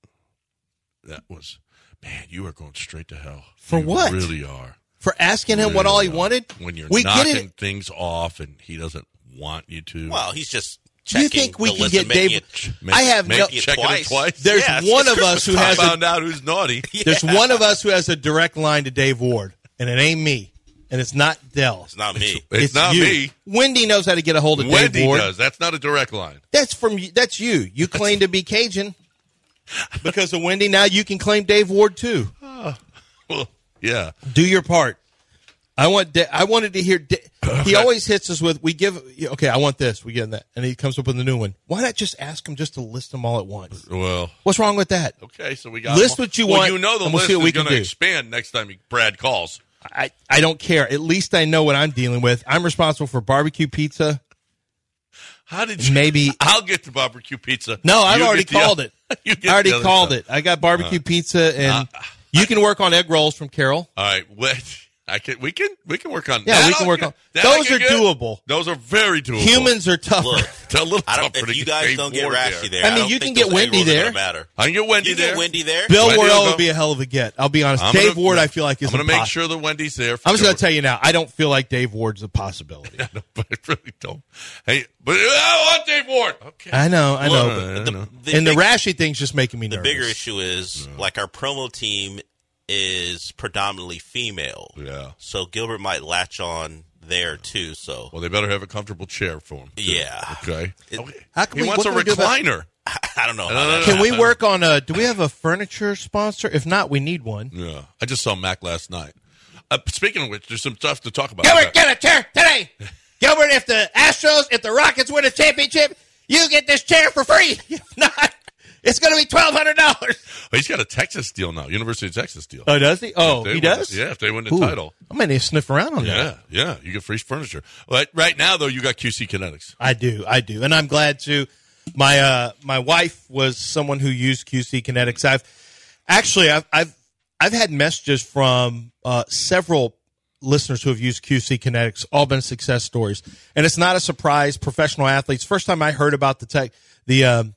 [SPEAKER 3] That was, man, you are going straight to hell.
[SPEAKER 4] For
[SPEAKER 3] You
[SPEAKER 4] what?
[SPEAKER 3] Really are.
[SPEAKER 4] For asking him what all he wanted,
[SPEAKER 3] When you're
[SPEAKER 4] we
[SPEAKER 3] knocking
[SPEAKER 4] get it.
[SPEAKER 3] things off and he doesn't want you to.
[SPEAKER 6] Well, he's just checking.
[SPEAKER 4] you think we
[SPEAKER 6] the
[SPEAKER 4] can
[SPEAKER 6] list
[SPEAKER 4] get
[SPEAKER 6] and making
[SPEAKER 4] Dave?
[SPEAKER 6] it-
[SPEAKER 3] Make-
[SPEAKER 4] I have
[SPEAKER 3] make
[SPEAKER 4] no.
[SPEAKER 3] it checking
[SPEAKER 6] twice.
[SPEAKER 3] it twice.
[SPEAKER 4] There's
[SPEAKER 6] Yeah, it's-
[SPEAKER 4] one
[SPEAKER 6] it's
[SPEAKER 4] of us who
[SPEAKER 3] I
[SPEAKER 4] has a
[SPEAKER 3] found out who's naughty.
[SPEAKER 4] There's one of us who has a direct line to Dave Ward, and it ain't me, and it's not Dell.
[SPEAKER 6] It's not me.
[SPEAKER 3] It's, not
[SPEAKER 4] you.
[SPEAKER 3] me.
[SPEAKER 4] Wendy knows how to get a hold of Dave
[SPEAKER 3] Wendy
[SPEAKER 4] Ward.
[SPEAKER 3] does. That's not a direct line.
[SPEAKER 4] That's from you- that's you. You claim to be Cajun because of Wendy. Now you can claim Dave Ward too.
[SPEAKER 3] Well, yeah.
[SPEAKER 4] Do your part. I want. Da- I wanted to hear. Da- he always hits us with. We give. Okay, I want this. We get that, and he comes up with a new one. Why not just ask him just to list them all at once?
[SPEAKER 3] Well,
[SPEAKER 4] What's wrong with that?
[SPEAKER 3] okay. So we got
[SPEAKER 4] List what you
[SPEAKER 3] well,
[SPEAKER 4] want,
[SPEAKER 3] You know the
[SPEAKER 4] and we'll
[SPEAKER 3] list
[SPEAKER 4] see what we
[SPEAKER 3] is
[SPEAKER 4] can
[SPEAKER 3] going to
[SPEAKER 4] do.
[SPEAKER 3] expand next time he- Brad calls.
[SPEAKER 4] I, I don't care. At least I know what I'm dealing with. I'm responsible for barbecue pizza.
[SPEAKER 3] How did you?
[SPEAKER 4] Maybe-
[SPEAKER 3] I'll get the barbecue pizza.
[SPEAKER 4] No, I've
[SPEAKER 3] You
[SPEAKER 4] already
[SPEAKER 3] get the-
[SPEAKER 4] called it.
[SPEAKER 3] You
[SPEAKER 4] I already called it. I got barbecue pizza, and you can work on egg rolls from Carol.
[SPEAKER 3] All right. What? I can. We can. We can work on.
[SPEAKER 4] Yeah,
[SPEAKER 3] that
[SPEAKER 4] we
[SPEAKER 3] I'll
[SPEAKER 4] can work
[SPEAKER 3] get-
[SPEAKER 4] on-
[SPEAKER 3] that I
[SPEAKER 4] those
[SPEAKER 3] can
[SPEAKER 4] are
[SPEAKER 3] get.
[SPEAKER 4] doable.
[SPEAKER 3] Those are very doable.
[SPEAKER 4] Humans are tougher.
[SPEAKER 6] Look,
[SPEAKER 3] It's a little
[SPEAKER 6] I don't.
[SPEAKER 3] tougher
[SPEAKER 6] If
[SPEAKER 3] to
[SPEAKER 6] you
[SPEAKER 3] get
[SPEAKER 6] guys
[SPEAKER 3] Dave
[SPEAKER 6] don't get
[SPEAKER 3] Ward
[SPEAKER 6] Rashy there,
[SPEAKER 4] I mean,
[SPEAKER 6] don't
[SPEAKER 4] you
[SPEAKER 6] think
[SPEAKER 4] can get
[SPEAKER 6] those egg
[SPEAKER 4] Wendy
[SPEAKER 6] rolls are gonna
[SPEAKER 4] there.
[SPEAKER 6] Matter.
[SPEAKER 3] I can get Wendy
[SPEAKER 6] You
[SPEAKER 3] there.
[SPEAKER 6] get Wendy there.
[SPEAKER 4] Bill
[SPEAKER 3] Wendy
[SPEAKER 4] Ward
[SPEAKER 3] will
[SPEAKER 4] would
[SPEAKER 3] go-
[SPEAKER 4] be a hell of a get. I'll be honest.
[SPEAKER 3] I'm
[SPEAKER 4] Dave
[SPEAKER 3] gonna-
[SPEAKER 4] Ward, I feel like is.
[SPEAKER 3] I'm going to make
[SPEAKER 4] impossible.
[SPEAKER 3] sure that Wendy's there.
[SPEAKER 4] I'm just going to tell you now. I don't feel like Dave Ward's a possibility.
[SPEAKER 3] No, but I really don't. Hey, but oh, I want Dave Ward. Okay.
[SPEAKER 4] I know. I know.
[SPEAKER 3] Look,
[SPEAKER 4] but-
[SPEAKER 3] I know.
[SPEAKER 4] and the
[SPEAKER 6] uh, big-
[SPEAKER 4] rashy thing's just making me
[SPEAKER 6] the
[SPEAKER 4] nervous.
[SPEAKER 6] bigger issue is like our promo team is predominantly female.
[SPEAKER 3] Yeah.
[SPEAKER 6] So Gilbert might latch on there too. So
[SPEAKER 3] Well, they better have a comfortable chair for him.
[SPEAKER 6] yeah,
[SPEAKER 3] Okay.
[SPEAKER 6] It-
[SPEAKER 3] Okay.
[SPEAKER 4] How can
[SPEAKER 3] he
[SPEAKER 4] we-
[SPEAKER 3] wants a
[SPEAKER 4] what can we do about-
[SPEAKER 3] recliner.
[SPEAKER 6] I don't know. How
[SPEAKER 3] No, no,
[SPEAKER 6] that
[SPEAKER 3] no.
[SPEAKER 4] Can we
[SPEAKER 6] happened.
[SPEAKER 4] work on a? Do we have a furniture sponsor? If not, we need one.
[SPEAKER 3] Yeah. I just saw Mac last night. Uh, speaking of which, there's some stuff to talk about.
[SPEAKER 4] Gilbert, get a chair today. Gilbert, if the Astros, if the Rockets win a championship, you get this chair for free. If not, it's going to be twelve hundred dollars.
[SPEAKER 3] Oh, he's got a Texas deal now, University of Texas deal.
[SPEAKER 4] Oh, does he? Oh,
[SPEAKER 3] If they
[SPEAKER 4] he
[SPEAKER 3] win-
[SPEAKER 4] does.
[SPEAKER 3] Yeah, if they win the
[SPEAKER 4] Ooh,
[SPEAKER 3] title.
[SPEAKER 4] I'm going to sniff around on that.
[SPEAKER 3] Yeah, yeah. You get free furniture. But right now, though, you got QC Kinetics.
[SPEAKER 4] I do, I do, and I'm glad to. My uh, my wife was someone who used QC Kinetics. I've actually I've I've, I've had messages from uh, several listeners who have used QC Kinetics, all been success stories, and it's not a surprise. Professional athletes. First time I heard about the tech, the um,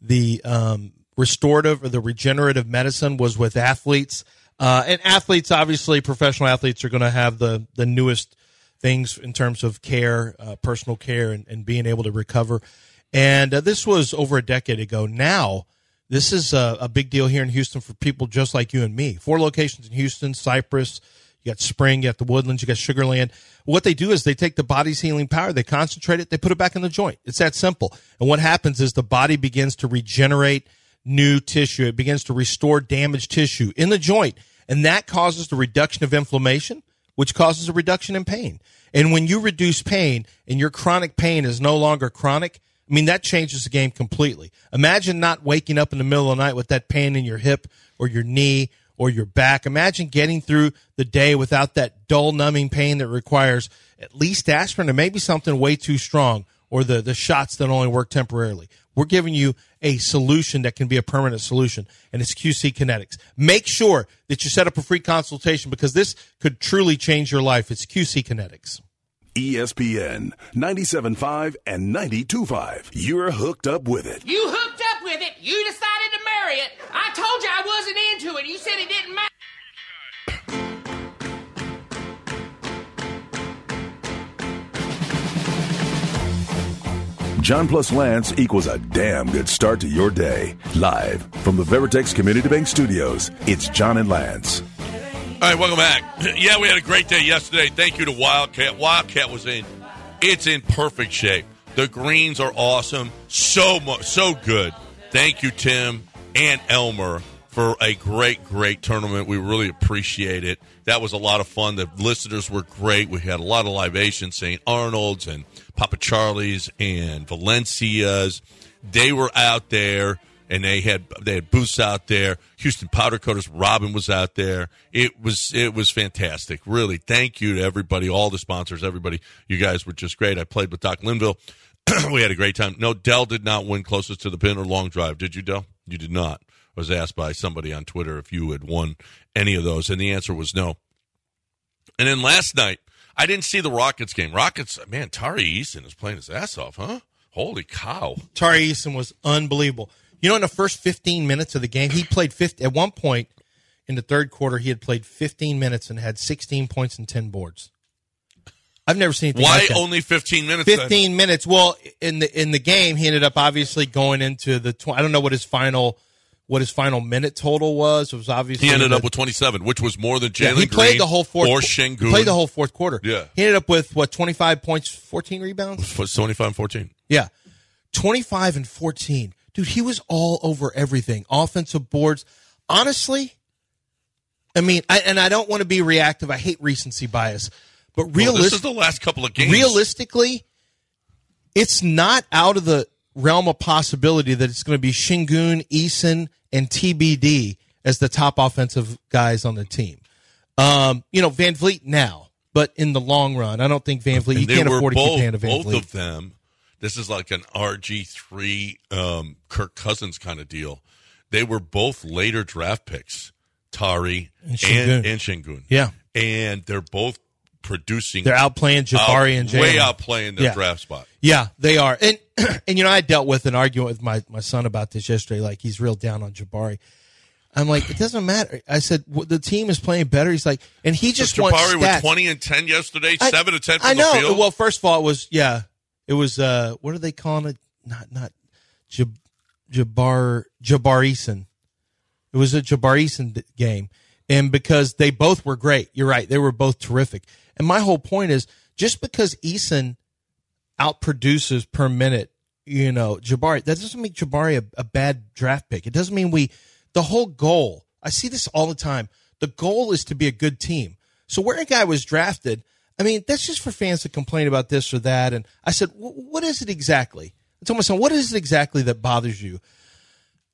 [SPEAKER 4] the um, restorative or the regenerative medicine was with athletes. Uh, and athletes, obviously, professional athletes are going to have the, the newest things in terms of care, uh, personal care, and, and being able to recover. And uh, this was over a decade ago. Now, this is a, a big deal here in Houston for people just like you and me. Four locations in Houston, Cypress, you got Spring, you got the Woodlands, you got Sugarland. What they do is they take the body's healing power, they concentrate it, they put it back in the joint. It's that simple. And what happens is the body begins to regenerate new tissue. It begins to restore damaged tissue in the joint. And that causes the reduction of inflammation, which causes a reduction in pain. And when you reduce pain and your chronic pain is no longer chronic, I mean, that changes the game completely. Imagine not waking up in the middle of the night with that pain in your hip or your knee or your back. Imagine getting through the day without that dull, numbing pain that requires at least aspirin or maybe something way too strong or the, the shots that only work temporarily. We're giving you a solution that can be a permanent solution, and it's QC Kinetics. Make sure that you set up a free consultation because this could truly change your life. It's QC Kinetics.
[SPEAKER 1] E ESPN 97.5 and 92.5. You're hooked up with it.
[SPEAKER 7] You hooked up with it. You decided to marry it. I told you I wasn't into it. You said it didn't matter.
[SPEAKER 1] John plus Lance equals a damn good start to your day. Live from the Veritex Community Bank Studios, it's John and Lance.
[SPEAKER 3] All right, welcome back. Yeah, we had a great day yesterday. Thank you to Wildcat. Wildcat was in, it's in perfect shape. The greens are awesome. So much, so good. Thank you, Tim and Elmer, for a great, great tournament. We really appreciate it. That was a lot of fun. The listeners were great. We had a lot of libations, St. Arnold's and Papa Charlie's and Valencia's. They were out there and they had they had booths out there. Houston Powder Coaters Robin was out there. It was it was fantastic. Really, thank you to everybody, all the sponsors, everybody. You guys were just great. I played with Doc Linville. we had a great time. No, Dell did not win closest to the pin or long drive. Did you, Dell? You did not. I was asked by somebody on Twitter if you had won any of those, and the answer was no. And then last night, I didn't see the Rockets game. Rockets, man, Tari Eason is playing his ass off, huh? Holy cow!
[SPEAKER 4] Tari Eason was unbelievable. You know, in the first 15 minutes of the game, he played 50. At one point in the third quarter, he had played 15 minutes and had 16 points and 10 boards. I've never seen anything
[SPEAKER 3] Why
[SPEAKER 4] like that.
[SPEAKER 3] only 15 minutes? then?
[SPEAKER 4] 15 minutes. Well, in the in the game, he ended up obviously going into the. Tw- I don't know what his final what his final minute total was. It was obviously
[SPEAKER 3] He ended
[SPEAKER 4] the-
[SPEAKER 3] up with 27, which was more than Jalen
[SPEAKER 4] Yeah, he played
[SPEAKER 3] Green
[SPEAKER 4] the whole fourth
[SPEAKER 3] or
[SPEAKER 4] qu-
[SPEAKER 3] Shingun.
[SPEAKER 4] he Played the whole fourth quarter.
[SPEAKER 3] Yeah.
[SPEAKER 4] he ended up with what 25 points, 14 rebounds.
[SPEAKER 3] Was 25 14.
[SPEAKER 4] Yeah, 25 and 14. Dude, he was all over everything. Offensive boards. Honestly, I mean, I, and I don't want to be reactive. I hate recency bias, but
[SPEAKER 3] Well, this
[SPEAKER 4] realistic,
[SPEAKER 3] is the last couple of games.
[SPEAKER 4] realistically, it's not out of the realm of possibility that it's going to be Shingun, Eason, and TBD as the top offensive guys on the team. Um, you know, Van Vliet now, but in the long run, I don't think Van Vliet, you
[SPEAKER 3] And they
[SPEAKER 4] can't
[SPEAKER 3] were
[SPEAKER 4] afford to
[SPEAKER 3] both,
[SPEAKER 4] keep hand of Van
[SPEAKER 3] both
[SPEAKER 4] Vliet.
[SPEAKER 3] of them. This is like an RG3 um, Kirk Cousins kind of deal. They were both later draft picks, Tari and
[SPEAKER 4] Şengün.
[SPEAKER 3] and, Shingun.
[SPEAKER 4] Yeah.
[SPEAKER 3] And they're both producing.
[SPEAKER 4] They're outplaying Jabari and Jalen.
[SPEAKER 3] Oh, Way outplaying their
[SPEAKER 4] Yeah.
[SPEAKER 3] draft spot.
[SPEAKER 4] Yeah, they are. And and you know, I dealt with an argument with my, my son about this yesterday. Like he's real down on Jabari. I'm like, it doesn't matter. I said "Well, the team is playing better. He's like, and he just wants
[SPEAKER 3] Jabari was
[SPEAKER 4] stats.
[SPEAKER 3] 20 and 10 yesterday,
[SPEAKER 4] I-
[SPEAKER 3] 7 to 10 from
[SPEAKER 4] I know.
[SPEAKER 3] the field.
[SPEAKER 4] Well, first of all, it was yeah, it was uh, what are they calling it? Not not Jab, Jabbar Jabarison. It was a Jabarison d- game, and because they both were great, you're right, they were both terrific. And my whole point is just because Eason outproduces per minute, you know, Jabari, that doesn't make Jabari a, a bad draft pick. It doesn't mean we, the whole goal, I see this all the time. The goal is to be a good team. So where a guy was drafted, I mean, that's just for fans to complain about this or that. And I said, "Wh- what is it exactly? I told my son, what is it exactly that bothers you?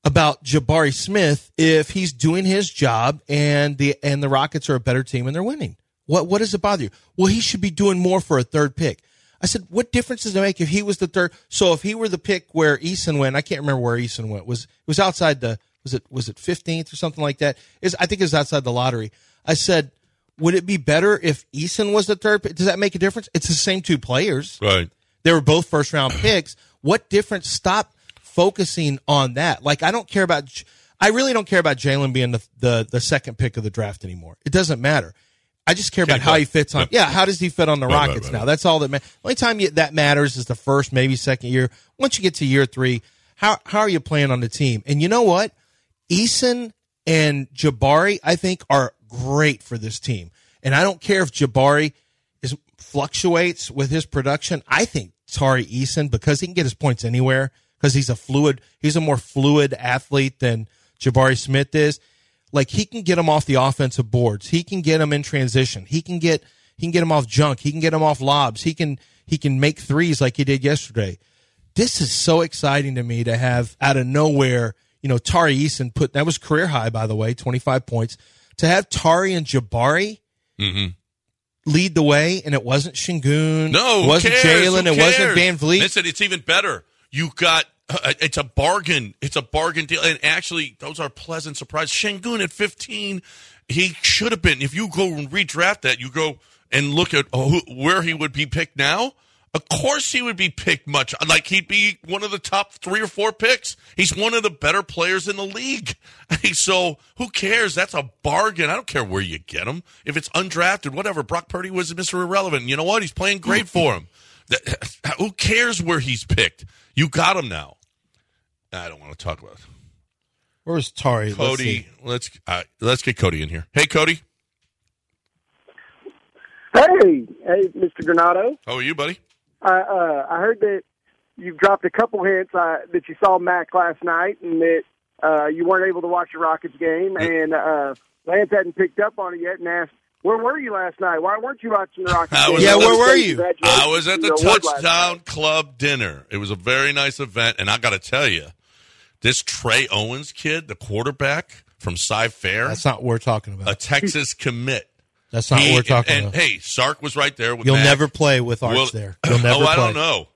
[SPEAKER 4] about Jabari Smith if he's doing his job and the and the Rockets are a better team and they're winning? What what does it bother you? Well, he should be doing more for a third pick. I said, what difference does it make if he was the third? So if he were the pick where Eason went, I can't remember where Eason went. Was it was outside the was it was it fifteenth or something like that? Is I think it was outside the lottery. I said, would it be better if Eason was the third? pick? Does that make a difference? It's the same two players.
[SPEAKER 3] right.
[SPEAKER 4] They were both first round picks. What difference? Stop focusing on that. Like I don't care about. J- I really don't care about Jalen being the, the the second pick of the draft anymore. It doesn't matter. I just care about how he fits on. Yeah, how does he fit on the
[SPEAKER 3] right,
[SPEAKER 4] Rockets
[SPEAKER 3] right,
[SPEAKER 4] now?
[SPEAKER 3] right.
[SPEAKER 4] That's all that matters. Only time you, that matters is the first, maybe second year. Once you get to year three, how how are you playing on the team? And you know what? Eason and Jabari, I think, are great for this team. And I don't care if Jabari is fluctuates with his production. I think Tari Eason, because he can get his points anywhere, because he's a fluid, he's a more fluid athlete than Jabari Smith is. Like he can get him off the offensive boards. He can get him in transition. He can get he can get him off junk. He can get him off lobs. He can he can make threes like he did yesterday this is so exciting to me to have out of nowhere, you know, Tari Eason put that was career high, by the way, 25 points. To have Tari and Jabari lead the way, and it wasn't Shingun,
[SPEAKER 3] Mm-hmm. No,
[SPEAKER 4] it
[SPEAKER 3] who
[SPEAKER 4] wasn't
[SPEAKER 3] cares?
[SPEAKER 4] Jalen,
[SPEAKER 3] Who
[SPEAKER 4] it wasn't
[SPEAKER 3] cares?
[SPEAKER 4] Van Vliet.
[SPEAKER 3] Listen, it's even better. You got uh, it's a bargain. It's a bargain deal, and actually, those are pleasant surprises. Shangun at fifteen, he should have been. If you go and redraft that, you go and look at oh, who, where he would be picked now. Of course, he would be picked much. Like he'd be one of the top three or four picks. He's one of the better players in the league. so who cares? That's a bargain. I don't care where you get him. If it's undrafted, whatever. Brock Purdy was Mr. Irrelevant. You know what? He's playing great for him. That, who cares where he's picked? You got him now. I don't want to talk about it.
[SPEAKER 4] Where was Tari? Let's
[SPEAKER 3] Cody.
[SPEAKER 4] see.
[SPEAKER 3] Let's uh, let's get Cody in here. Hey, Cody.
[SPEAKER 8] Hey, hey, Mr. Granado.
[SPEAKER 3] How are you, buddy?
[SPEAKER 8] I uh, I heard that you've dropped a couple hints uh, that you saw Mac last night, and that uh, you weren't able to watch the Rockets game, and uh, Lance hadn't picked up on it yet, and asked, "Where were you last night? Why weren't you watching the Rockets?"
[SPEAKER 3] I
[SPEAKER 8] game?"
[SPEAKER 3] was- Yeah,
[SPEAKER 4] where were you?
[SPEAKER 8] Congratulations
[SPEAKER 3] I was at
[SPEAKER 8] on
[SPEAKER 3] the
[SPEAKER 8] your award last night.
[SPEAKER 3] Touchdown Club dinner. It was a very nice event, and I got to tell you, this Trey Owens kid, the quarterback from Cy Fair,
[SPEAKER 4] That's not what we're talking
[SPEAKER 3] a
[SPEAKER 4] about.
[SPEAKER 3] Texas commit.
[SPEAKER 4] That's not
[SPEAKER 3] He-
[SPEAKER 4] what we're talking
[SPEAKER 3] and,
[SPEAKER 4] about.
[SPEAKER 3] Hey, Sark was right there with
[SPEAKER 4] You'll
[SPEAKER 3] Mac.
[SPEAKER 4] never play with Arch
[SPEAKER 3] Well-
[SPEAKER 4] there. You'll never
[SPEAKER 3] oh,
[SPEAKER 4] play.
[SPEAKER 3] I don't know,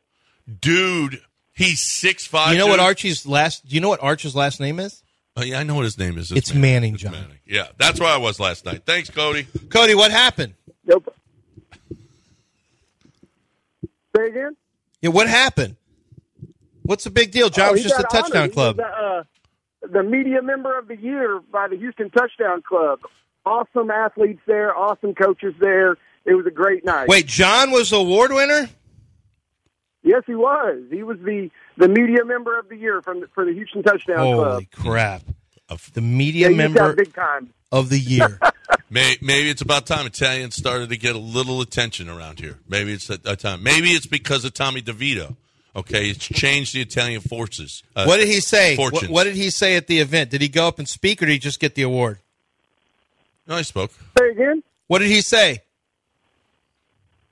[SPEAKER 3] dude. He's six five.
[SPEAKER 4] You know what Archie's last? Do you know what Archie's last name is?
[SPEAKER 3] Oh, yeah, I know what his name is.
[SPEAKER 4] It's Manning, John.
[SPEAKER 3] Yeah, that's where I was last night. Thanks, Cody.
[SPEAKER 4] Cody, what happened?
[SPEAKER 8] Nope. Say again.
[SPEAKER 4] Yeah, what happened? What's the big deal? John
[SPEAKER 8] Oh,
[SPEAKER 4] was
[SPEAKER 8] he
[SPEAKER 4] just a
[SPEAKER 8] got honored.
[SPEAKER 4] touchdown
[SPEAKER 8] He
[SPEAKER 4] club.
[SPEAKER 8] was, uh, the media member of the year by the Houston Touchdown Club. Awesome athletes there, awesome coaches there, it was a great night.
[SPEAKER 9] Oh.
[SPEAKER 4] Wait, John was the award winner?
[SPEAKER 8] Yes, he was. He was the, the media member of the year from the, for the Houston Touchdown Club.
[SPEAKER 4] Holy crap. The media
[SPEAKER 8] Yeah, you got
[SPEAKER 4] member
[SPEAKER 8] big time.
[SPEAKER 4] of the year.
[SPEAKER 3] May, maybe it's about time Italians started to get a little attention around here. Maybe it's a, a time. Maybe it's because of Tommy DeVito. Okay, it's changed the Italian forces. Uh,
[SPEAKER 4] what did he say? What,
[SPEAKER 3] Fortunes.
[SPEAKER 4] what did he say at the event? Did he go up and speak or did he just get the award?
[SPEAKER 3] No, I spoke.
[SPEAKER 8] Say again?
[SPEAKER 4] What did he say?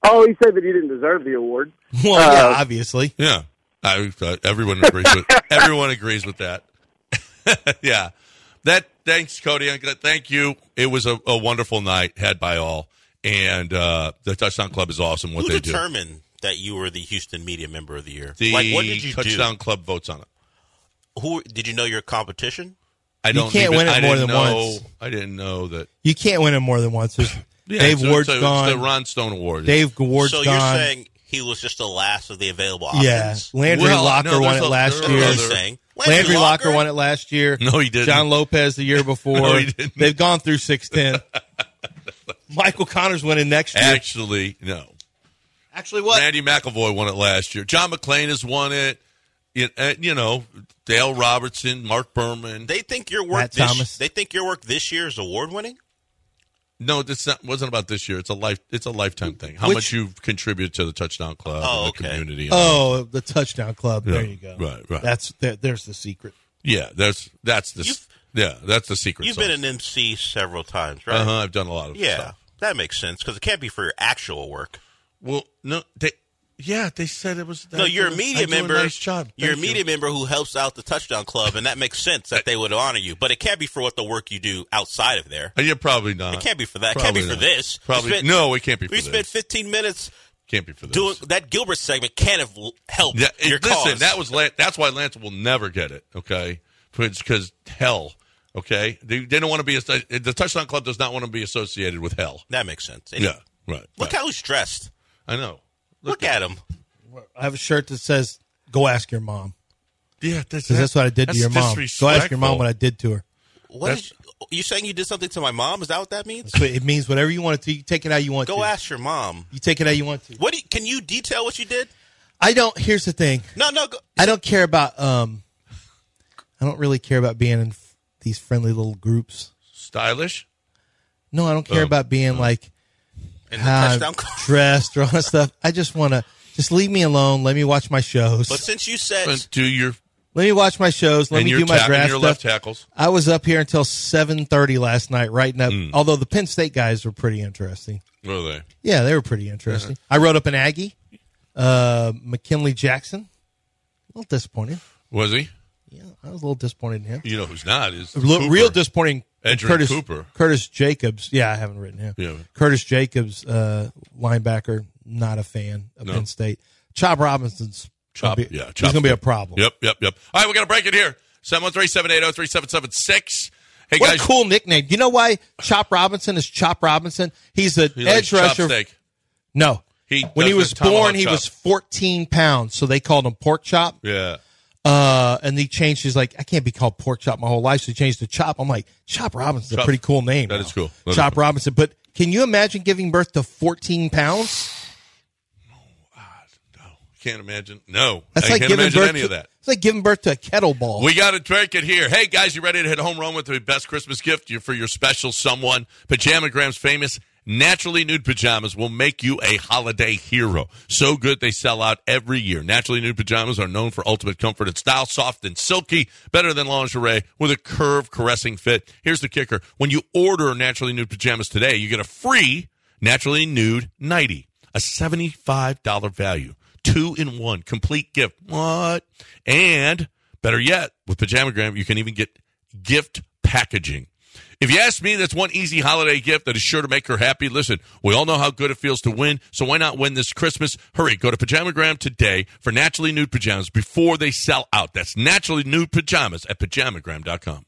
[SPEAKER 8] Oh, he said that he didn't deserve the award.
[SPEAKER 4] Well, Oh,
[SPEAKER 9] Uh,
[SPEAKER 4] yeah, obviously.
[SPEAKER 3] Yeah, I, uh, everyone agrees with everyone agrees with that. yeah, that. Thanks, Cody. I'm gonna- Thank you. It was a, a wonderful night had by all, and uh, the Touchdown Club is awesome. What
[SPEAKER 6] Who
[SPEAKER 3] they
[SPEAKER 6] determined that you were the Houston Media Member of the Year?
[SPEAKER 3] do. The
[SPEAKER 6] like, what did you
[SPEAKER 3] Touchdown Club votes on it.
[SPEAKER 6] do? Who did you know your competition?
[SPEAKER 3] I don't
[SPEAKER 4] can't
[SPEAKER 3] even-
[SPEAKER 4] win it
[SPEAKER 3] I
[SPEAKER 4] more
[SPEAKER 3] didn't
[SPEAKER 4] than
[SPEAKER 3] know,
[SPEAKER 4] once.
[SPEAKER 3] I didn't know that.
[SPEAKER 4] You can't win it more than once. There's,
[SPEAKER 3] Yeah,
[SPEAKER 4] Dave
[SPEAKER 3] it's- it's-
[SPEAKER 4] Ward's
[SPEAKER 3] it's the
[SPEAKER 4] gone.
[SPEAKER 3] Ron Stone Award.
[SPEAKER 4] Dave Ward's
[SPEAKER 6] so
[SPEAKER 4] gone.
[SPEAKER 6] you're saying he was just the last of the available options?
[SPEAKER 4] yeah, Landry
[SPEAKER 3] Well,
[SPEAKER 4] Locker
[SPEAKER 3] no,
[SPEAKER 4] won
[SPEAKER 3] there's
[SPEAKER 4] it
[SPEAKER 3] a-
[SPEAKER 4] last
[SPEAKER 3] there
[SPEAKER 4] year.
[SPEAKER 3] are
[SPEAKER 6] You're
[SPEAKER 3] other-
[SPEAKER 6] saying
[SPEAKER 4] Landry Locker won it last year.
[SPEAKER 3] No, he didn't.
[SPEAKER 4] John Lopez the year before.
[SPEAKER 3] No, he didn't.
[SPEAKER 4] They've gone through six ten. Michael Connor's winning next year.
[SPEAKER 3] Actually, no.
[SPEAKER 4] Actually,
[SPEAKER 3] Randy McElvoy won it last year. John McClain has won it. You uh, you know, Dale Robertson, Mark Berman.
[SPEAKER 6] They think your work.
[SPEAKER 4] Matt
[SPEAKER 6] This,
[SPEAKER 4] Thomas.
[SPEAKER 6] They think your work this year is award winning.
[SPEAKER 3] no, this not, wasn't about this year. It's a life. It's a lifetime thing. How
[SPEAKER 4] Which-
[SPEAKER 3] much you've contributed to the Touchdown Club
[SPEAKER 6] Oh,
[SPEAKER 3] and the
[SPEAKER 6] okay.
[SPEAKER 3] community.
[SPEAKER 4] Oh, the touchdown club. There
[SPEAKER 3] Yeah,
[SPEAKER 4] you go.
[SPEAKER 3] right, right.
[SPEAKER 4] That's there, there's the secret.
[SPEAKER 3] yeah, that's that's the
[SPEAKER 6] You've-
[SPEAKER 3] yeah that's the secret.
[SPEAKER 6] You've
[SPEAKER 3] sauce.
[SPEAKER 6] been an MC several times, right?
[SPEAKER 3] uh-huh, I've done a lot of
[SPEAKER 6] Yeah,
[SPEAKER 3] stuff.
[SPEAKER 6] that makes sense because it can't be for your actual work.
[SPEAKER 3] Well, no, they yeah they said it was.
[SPEAKER 6] no, you're a
[SPEAKER 3] I do
[SPEAKER 6] media
[SPEAKER 3] do
[SPEAKER 6] member.
[SPEAKER 3] nice job.
[SPEAKER 6] You're a
[SPEAKER 3] Thank you.
[SPEAKER 6] media member who helps out the Touchdown Club, and that makes sense that they would honor you. But it can't be for what the work you do outside of there.
[SPEAKER 3] Uh, Yeah, probably not.
[SPEAKER 6] It can't be for that. It can't be
[SPEAKER 3] Probably
[SPEAKER 6] for
[SPEAKER 3] not.
[SPEAKER 6] this. We
[SPEAKER 3] Probably
[SPEAKER 6] spent-
[SPEAKER 3] no. It can't be. For
[SPEAKER 6] We
[SPEAKER 3] this.
[SPEAKER 6] spent 15 minutes
[SPEAKER 3] Can't be for this.
[SPEAKER 6] doing that Gilbert segment. Can't have l- helped
[SPEAKER 3] Yeah, it-
[SPEAKER 6] your
[SPEAKER 3] listen,
[SPEAKER 6] cause.
[SPEAKER 3] that was Lan- that's why Lance will never get it. Okay, because hell. Okay, they, they don't want to be as- the touchdown club does not want to be associated with hell.
[SPEAKER 6] That makes sense. And
[SPEAKER 3] Yeah, right. right.
[SPEAKER 6] Look how he's dressed.
[SPEAKER 3] I know.
[SPEAKER 6] Look, at him.
[SPEAKER 4] I have a shirt that says "Go ask your mom"
[SPEAKER 3] Yeah, that's
[SPEAKER 4] because that's what I did to
[SPEAKER 3] that's
[SPEAKER 4] your mom. Go ask your mom what I did to her.
[SPEAKER 6] What
[SPEAKER 3] That's-
[SPEAKER 6] is, you saying? You did something to my mom? Is that what that means?
[SPEAKER 4] So it means whatever you want it to. You take it how you want.
[SPEAKER 6] Go
[SPEAKER 4] to.
[SPEAKER 6] ask your mom.
[SPEAKER 4] You take it how you want to.
[SPEAKER 6] What do you, can you detail what you did?
[SPEAKER 4] I don't. Here's the thing.
[SPEAKER 6] No, no. Go,
[SPEAKER 4] I don't care about. Um, I don't really care about being in f- these friendly little groups.
[SPEAKER 3] Stylish.
[SPEAKER 4] No, I don't care
[SPEAKER 3] Um,
[SPEAKER 4] about being like
[SPEAKER 6] in the
[SPEAKER 4] how
[SPEAKER 6] touchdown
[SPEAKER 4] I'm
[SPEAKER 6] club.
[SPEAKER 4] dressed or all that stuff. I just want to just leave me alone. Let me watch my shows.
[SPEAKER 6] But since you said
[SPEAKER 3] And do your
[SPEAKER 4] let me watch my shows. Let
[SPEAKER 3] and
[SPEAKER 4] me
[SPEAKER 3] your,
[SPEAKER 4] do my
[SPEAKER 3] ta- and
[SPEAKER 4] draft
[SPEAKER 3] your Hmm.
[SPEAKER 4] stuff.
[SPEAKER 3] left tackles.
[SPEAKER 4] I was up here until seven thirty last night writing up. Although the Penn State guys were pretty interesting.
[SPEAKER 3] What are they?
[SPEAKER 4] Yeah, they were pretty interesting.
[SPEAKER 3] Uh-huh.
[SPEAKER 4] I wrote up an Aggie, uh, McKinley Jackson. A little disappointed.
[SPEAKER 3] Was he?
[SPEAKER 4] Yeah, I was a little disappointed in him.
[SPEAKER 3] You know who's not is
[SPEAKER 4] Look,
[SPEAKER 3] Cooper.
[SPEAKER 4] real disappointing.
[SPEAKER 3] Edgerrin
[SPEAKER 4] Curtis
[SPEAKER 3] Cooper.
[SPEAKER 4] Curtis Jacobs. Yeah, I haven't written him.
[SPEAKER 3] Yeah.
[SPEAKER 4] Curtis Jacobs, uh, linebacker, not a fan of
[SPEAKER 3] No.
[SPEAKER 4] Penn State. Chop Robinson's
[SPEAKER 3] Chop,
[SPEAKER 4] gonna be,
[SPEAKER 3] yeah,
[SPEAKER 4] he's
[SPEAKER 3] Chop's
[SPEAKER 4] gonna be a
[SPEAKER 3] good.
[SPEAKER 4] problem.
[SPEAKER 3] Yep, yep, yep. All right, we got to break it here. 713-780-3776. Hey
[SPEAKER 4] What
[SPEAKER 3] guys,
[SPEAKER 4] a cool nickname. You know why Chop Robinson is Chop Robinson? He's an
[SPEAKER 3] he likes
[SPEAKER 4] edge rusher.
[SPEAKER 3] chopstick.
[SPEAKER 4] No.
[SPEAKER 3] He
[SPEAKER 4] when he
[SPEAKER 3] does
[SPEAKER 4] was
[SPEAKER 3] the tomahawk
[SPEAKER 4] born, he
[SPEAKER 3] chop.
[SPEAKER 4] was 14 pounds, so they called him Pork Chop.
[SPEAKER 3] Yeah.
[SPEAKER 4] Uh, and he changed. He's like, I can't be called Pork Chop my whole life, so he changed to Chop. I'm like, Chop Robinson's
[SPEAKER 3] Chop.
[SPEAKER 4] a pretty cool name.
[SPEAKER 3] That
[SPEAKER 4] now.
[SPEAKER 3] is cool. That is
[SPEAKER 4] Chop
[SPEAKER 3] cool.
[SPEAKER 4] Robinson. But can you imagine giving birth to 14 pounds?
[SPEAKER 3] Can't imagine. No,
[SPEAKER 4] That's
[SPEAKER 3] I
[SPEAKER 4] like
[SPEAKER 3] can't
[SPEAKER 4] giving
[SPEAKER 3] imagine
[SPEAKER 4] birth
[SPEAKER 3] any
[SPEAKER 4] to,
[SPEAKER 3] of that.
[SPEAKER 4] It's like giving birth to a kettleball.
[SPEAKER 3] We got to drink it here. Hey guys, you ready to hit home run with the best Christmas gift you- for your special someone? Pajamagram's famous naturally nude pajamas will make you a holiday hero. So good they sell out every year. Naturally nude pajamas are known for ultimate comfort and style, soft and silky, better than lingerie with a curve caressing fit. Here's the kicker: when you order naturally nude pajamas today, you get a free naturally nude nightie, a seventy-five dollar value. Two in one, complete gift. What? And Better yet, with Pajamagram, you can even get gift packaging. If you ask me, that's one easy holiday gift that is sure to make her happy. Listen, we all know how good it feels to win, so why not win this Christmas? Hurry, go to Pajamagram today for naturally nude pajamas before they sell out. That's naturally nude pajamas at pajamagram.com.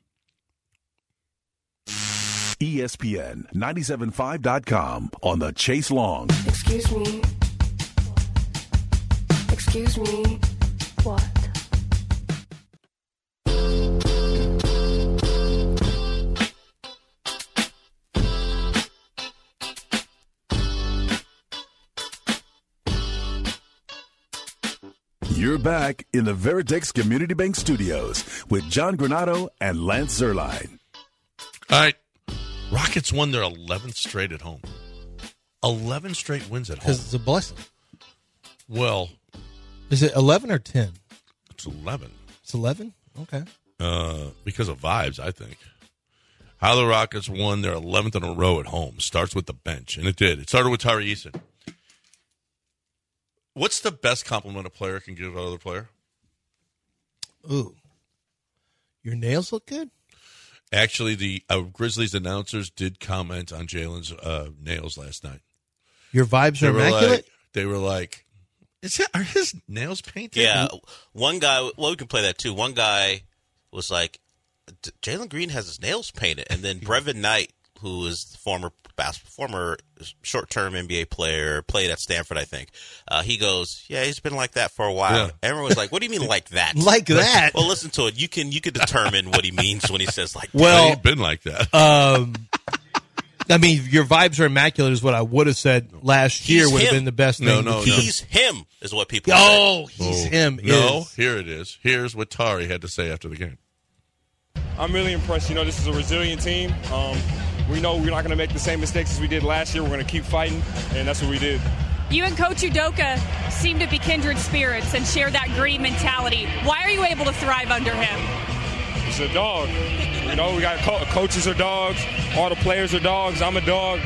[SPEAKER 1] E ESPN 975.com on the Chase Long.
[SPEAKER 10] Excuse me. Excuse me. What?
[SPEAKER 1] You're back in the Veritex Community Bank Studios with John Granado and Lance Zerline.
[SPEAKER 3] All right. Rockets won their 11th straight at home. 11 straight wins at home.
[SPEAKER 4] Because it's a blessing.
[SPEAKER 3] Well,
[SPEAKER 4] Is it 11 or 10?
[SPEAKER 3] it's 11
[SPEAKER 4] It's 11? Okay.
[SPEAKER 3] uh, because of vibes, I think. How the Rockets won their 11th in a row at home starts with the bench, and it did. It started with Tyree Eason. What's the best compliment a player can give another player?
[SPEAKER 4] Ooh. Your nails look good?
[SPEAKER 3] Actually, the uh, Grizzlies announcers did comment on Jalen's uh, nails last night.
[SPEAKER 4] Your vibes are immaculate?
[SPEAKER 3] like, they were like, is it, are his nails painted?
[SPEAKER 6] Yeah,
[SPEAKER 4] Mm-hmm.
[SPEAKER 6] one guy. Well, we can play that too. One guy was like, "D- Jalen Green has his nails painted, and then Brevin Knight, who is the former bas- former short term NBA player, played at Stanford, I think. Uh, he goes, "Yeah, he's been like that for a while."
[SPEAKER 3] Yeah.
[SPEAKER 6] Everyone was like, "What do you mean like that?
[SPEAKER 4] Like that?
[SPEAKER 6] Well, listen to it. You can you can determine what he means when he says like. that.
[SPEAKER 3] Well,
[SPEAKER 4] Well,
[SPEAKER 3] he's been like that.
[SPEAKER 4] um, I mean, your vibes are immaculate is what I would have said last year
[SPEAKER 6] He's
[SPEAKER 4] would have
[SPEAKER 6] him.
[SPEAKER 4] been the best
[SPEAKER 3] No,
[SPEAKER 4] thing.
[SPEAKER 3] no,
[SPEAKER 4] to keep
[SPEAKER 6] he's him," is what people.
[SPEAKER 4] him-
[SPEAKER 6] said.
[SPEAKER 4] Oh, he's
[SPEAKER 3] Oh,
[SPEAKER 4] him.
[SPEAKER 3] No,
[SPEAKER 4] is-
[SPEAKER 3] here it is. Here's what Tari had to say after the game.
[SPEAKER 11] I'm really impressed. You know, this is a resilient team. Um, we know we're not going to make the same mistakes as we did last year. We're going to keep fighting, and that's what we did.
[SPEAKER 12] You and Coach Udoka seem to be kindred spirits and share that greed mentality. Why are you able to thrive under him?
[SPEAKER 11] It's a dog. You know, we got co- coaches are dogs. All the players are dogs. I'm a dog.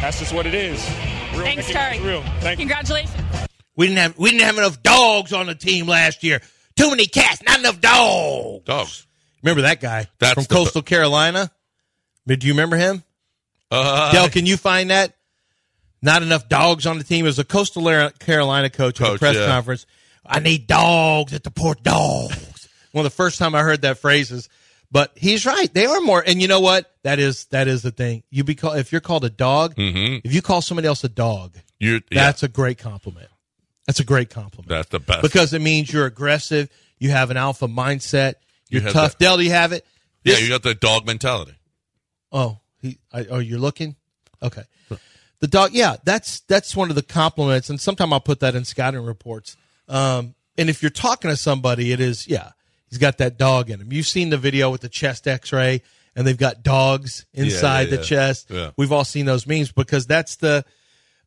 [SPEAKER 11] That's just what it is. Real
[SPEAKER 12] Thanks,
[SPEAKER 11] recognize
[SPEAKER 12] Terry.
[SPEAKER 11] Real. Thank you.
[SPEAKER 12] Congratulations.
[SPEAKER 4] We didn't have we didn't have enough dogs on the team last year. Too many cats, not enough dogs.
[SPEAKER 3] Dogs.
[SPEAKER 4] Remember that guy
[SPEAKER 3] That's
[SPEAKER 4] from
[SPEAKER 3] the-
[SPEAKER 4] Coastal Carolina? Do you remember him?
[SPEAKER 3] Uh,
[SPEAKER 4] Del, can you find that? Not enough dogs on the team. It was a Coastal Lar- Carolina coach, at the
[SPEAKER 3] Coach,
[SPEAKER 4] press
[SPEAKER 3] yeah.
[SPEAKER 4] conference. I need dogs at the port. Dogs. One of the first time I heard that phrase is, but he's right. They are more. And you know what? That is that is the thing. You be call, if you're called a dog.
[SPEAKER 3] Mhm.
[SPEAKER 4] If you call somebody else a dog,
[SPEAKER 3] You're, yeah,
[SPEAKER 4] that's a great compliment. That's a great compliment
[SPEAKER 3] that's the best.
[SPEAKER 4] because it means you're aggressive. You have an alpha mindset.
[SPEAKER 3] You
[SPEAKER 4] You're
[SPEAKER 3] have
[SPEAKER 4] tough.
[SPEAKER 3] that-
[SPEAKER 4] Del, do you have it?
[SPEAKER 3] yeah,
[SPEAKER 4] This-
[SPEAKER 3] you got the dog mentality.
[SPEAKER 4] Oh, he. I, oh, you're looking. Okay. The dog. Yeah, that's that's one of the compliments, and sometime I'll put that in scouting reports. Um, and if you're talking to somebody, it is yeah, he's got that dog in him. You've seen the video with the chest X-ray, and they've got dogs inside
[SPEAKER 3] yeah.
[SPEAKER 4] the chest.
[SPEAKER 3] Yeah.
[SPEAKER 4] We've all seen those memes because that's the.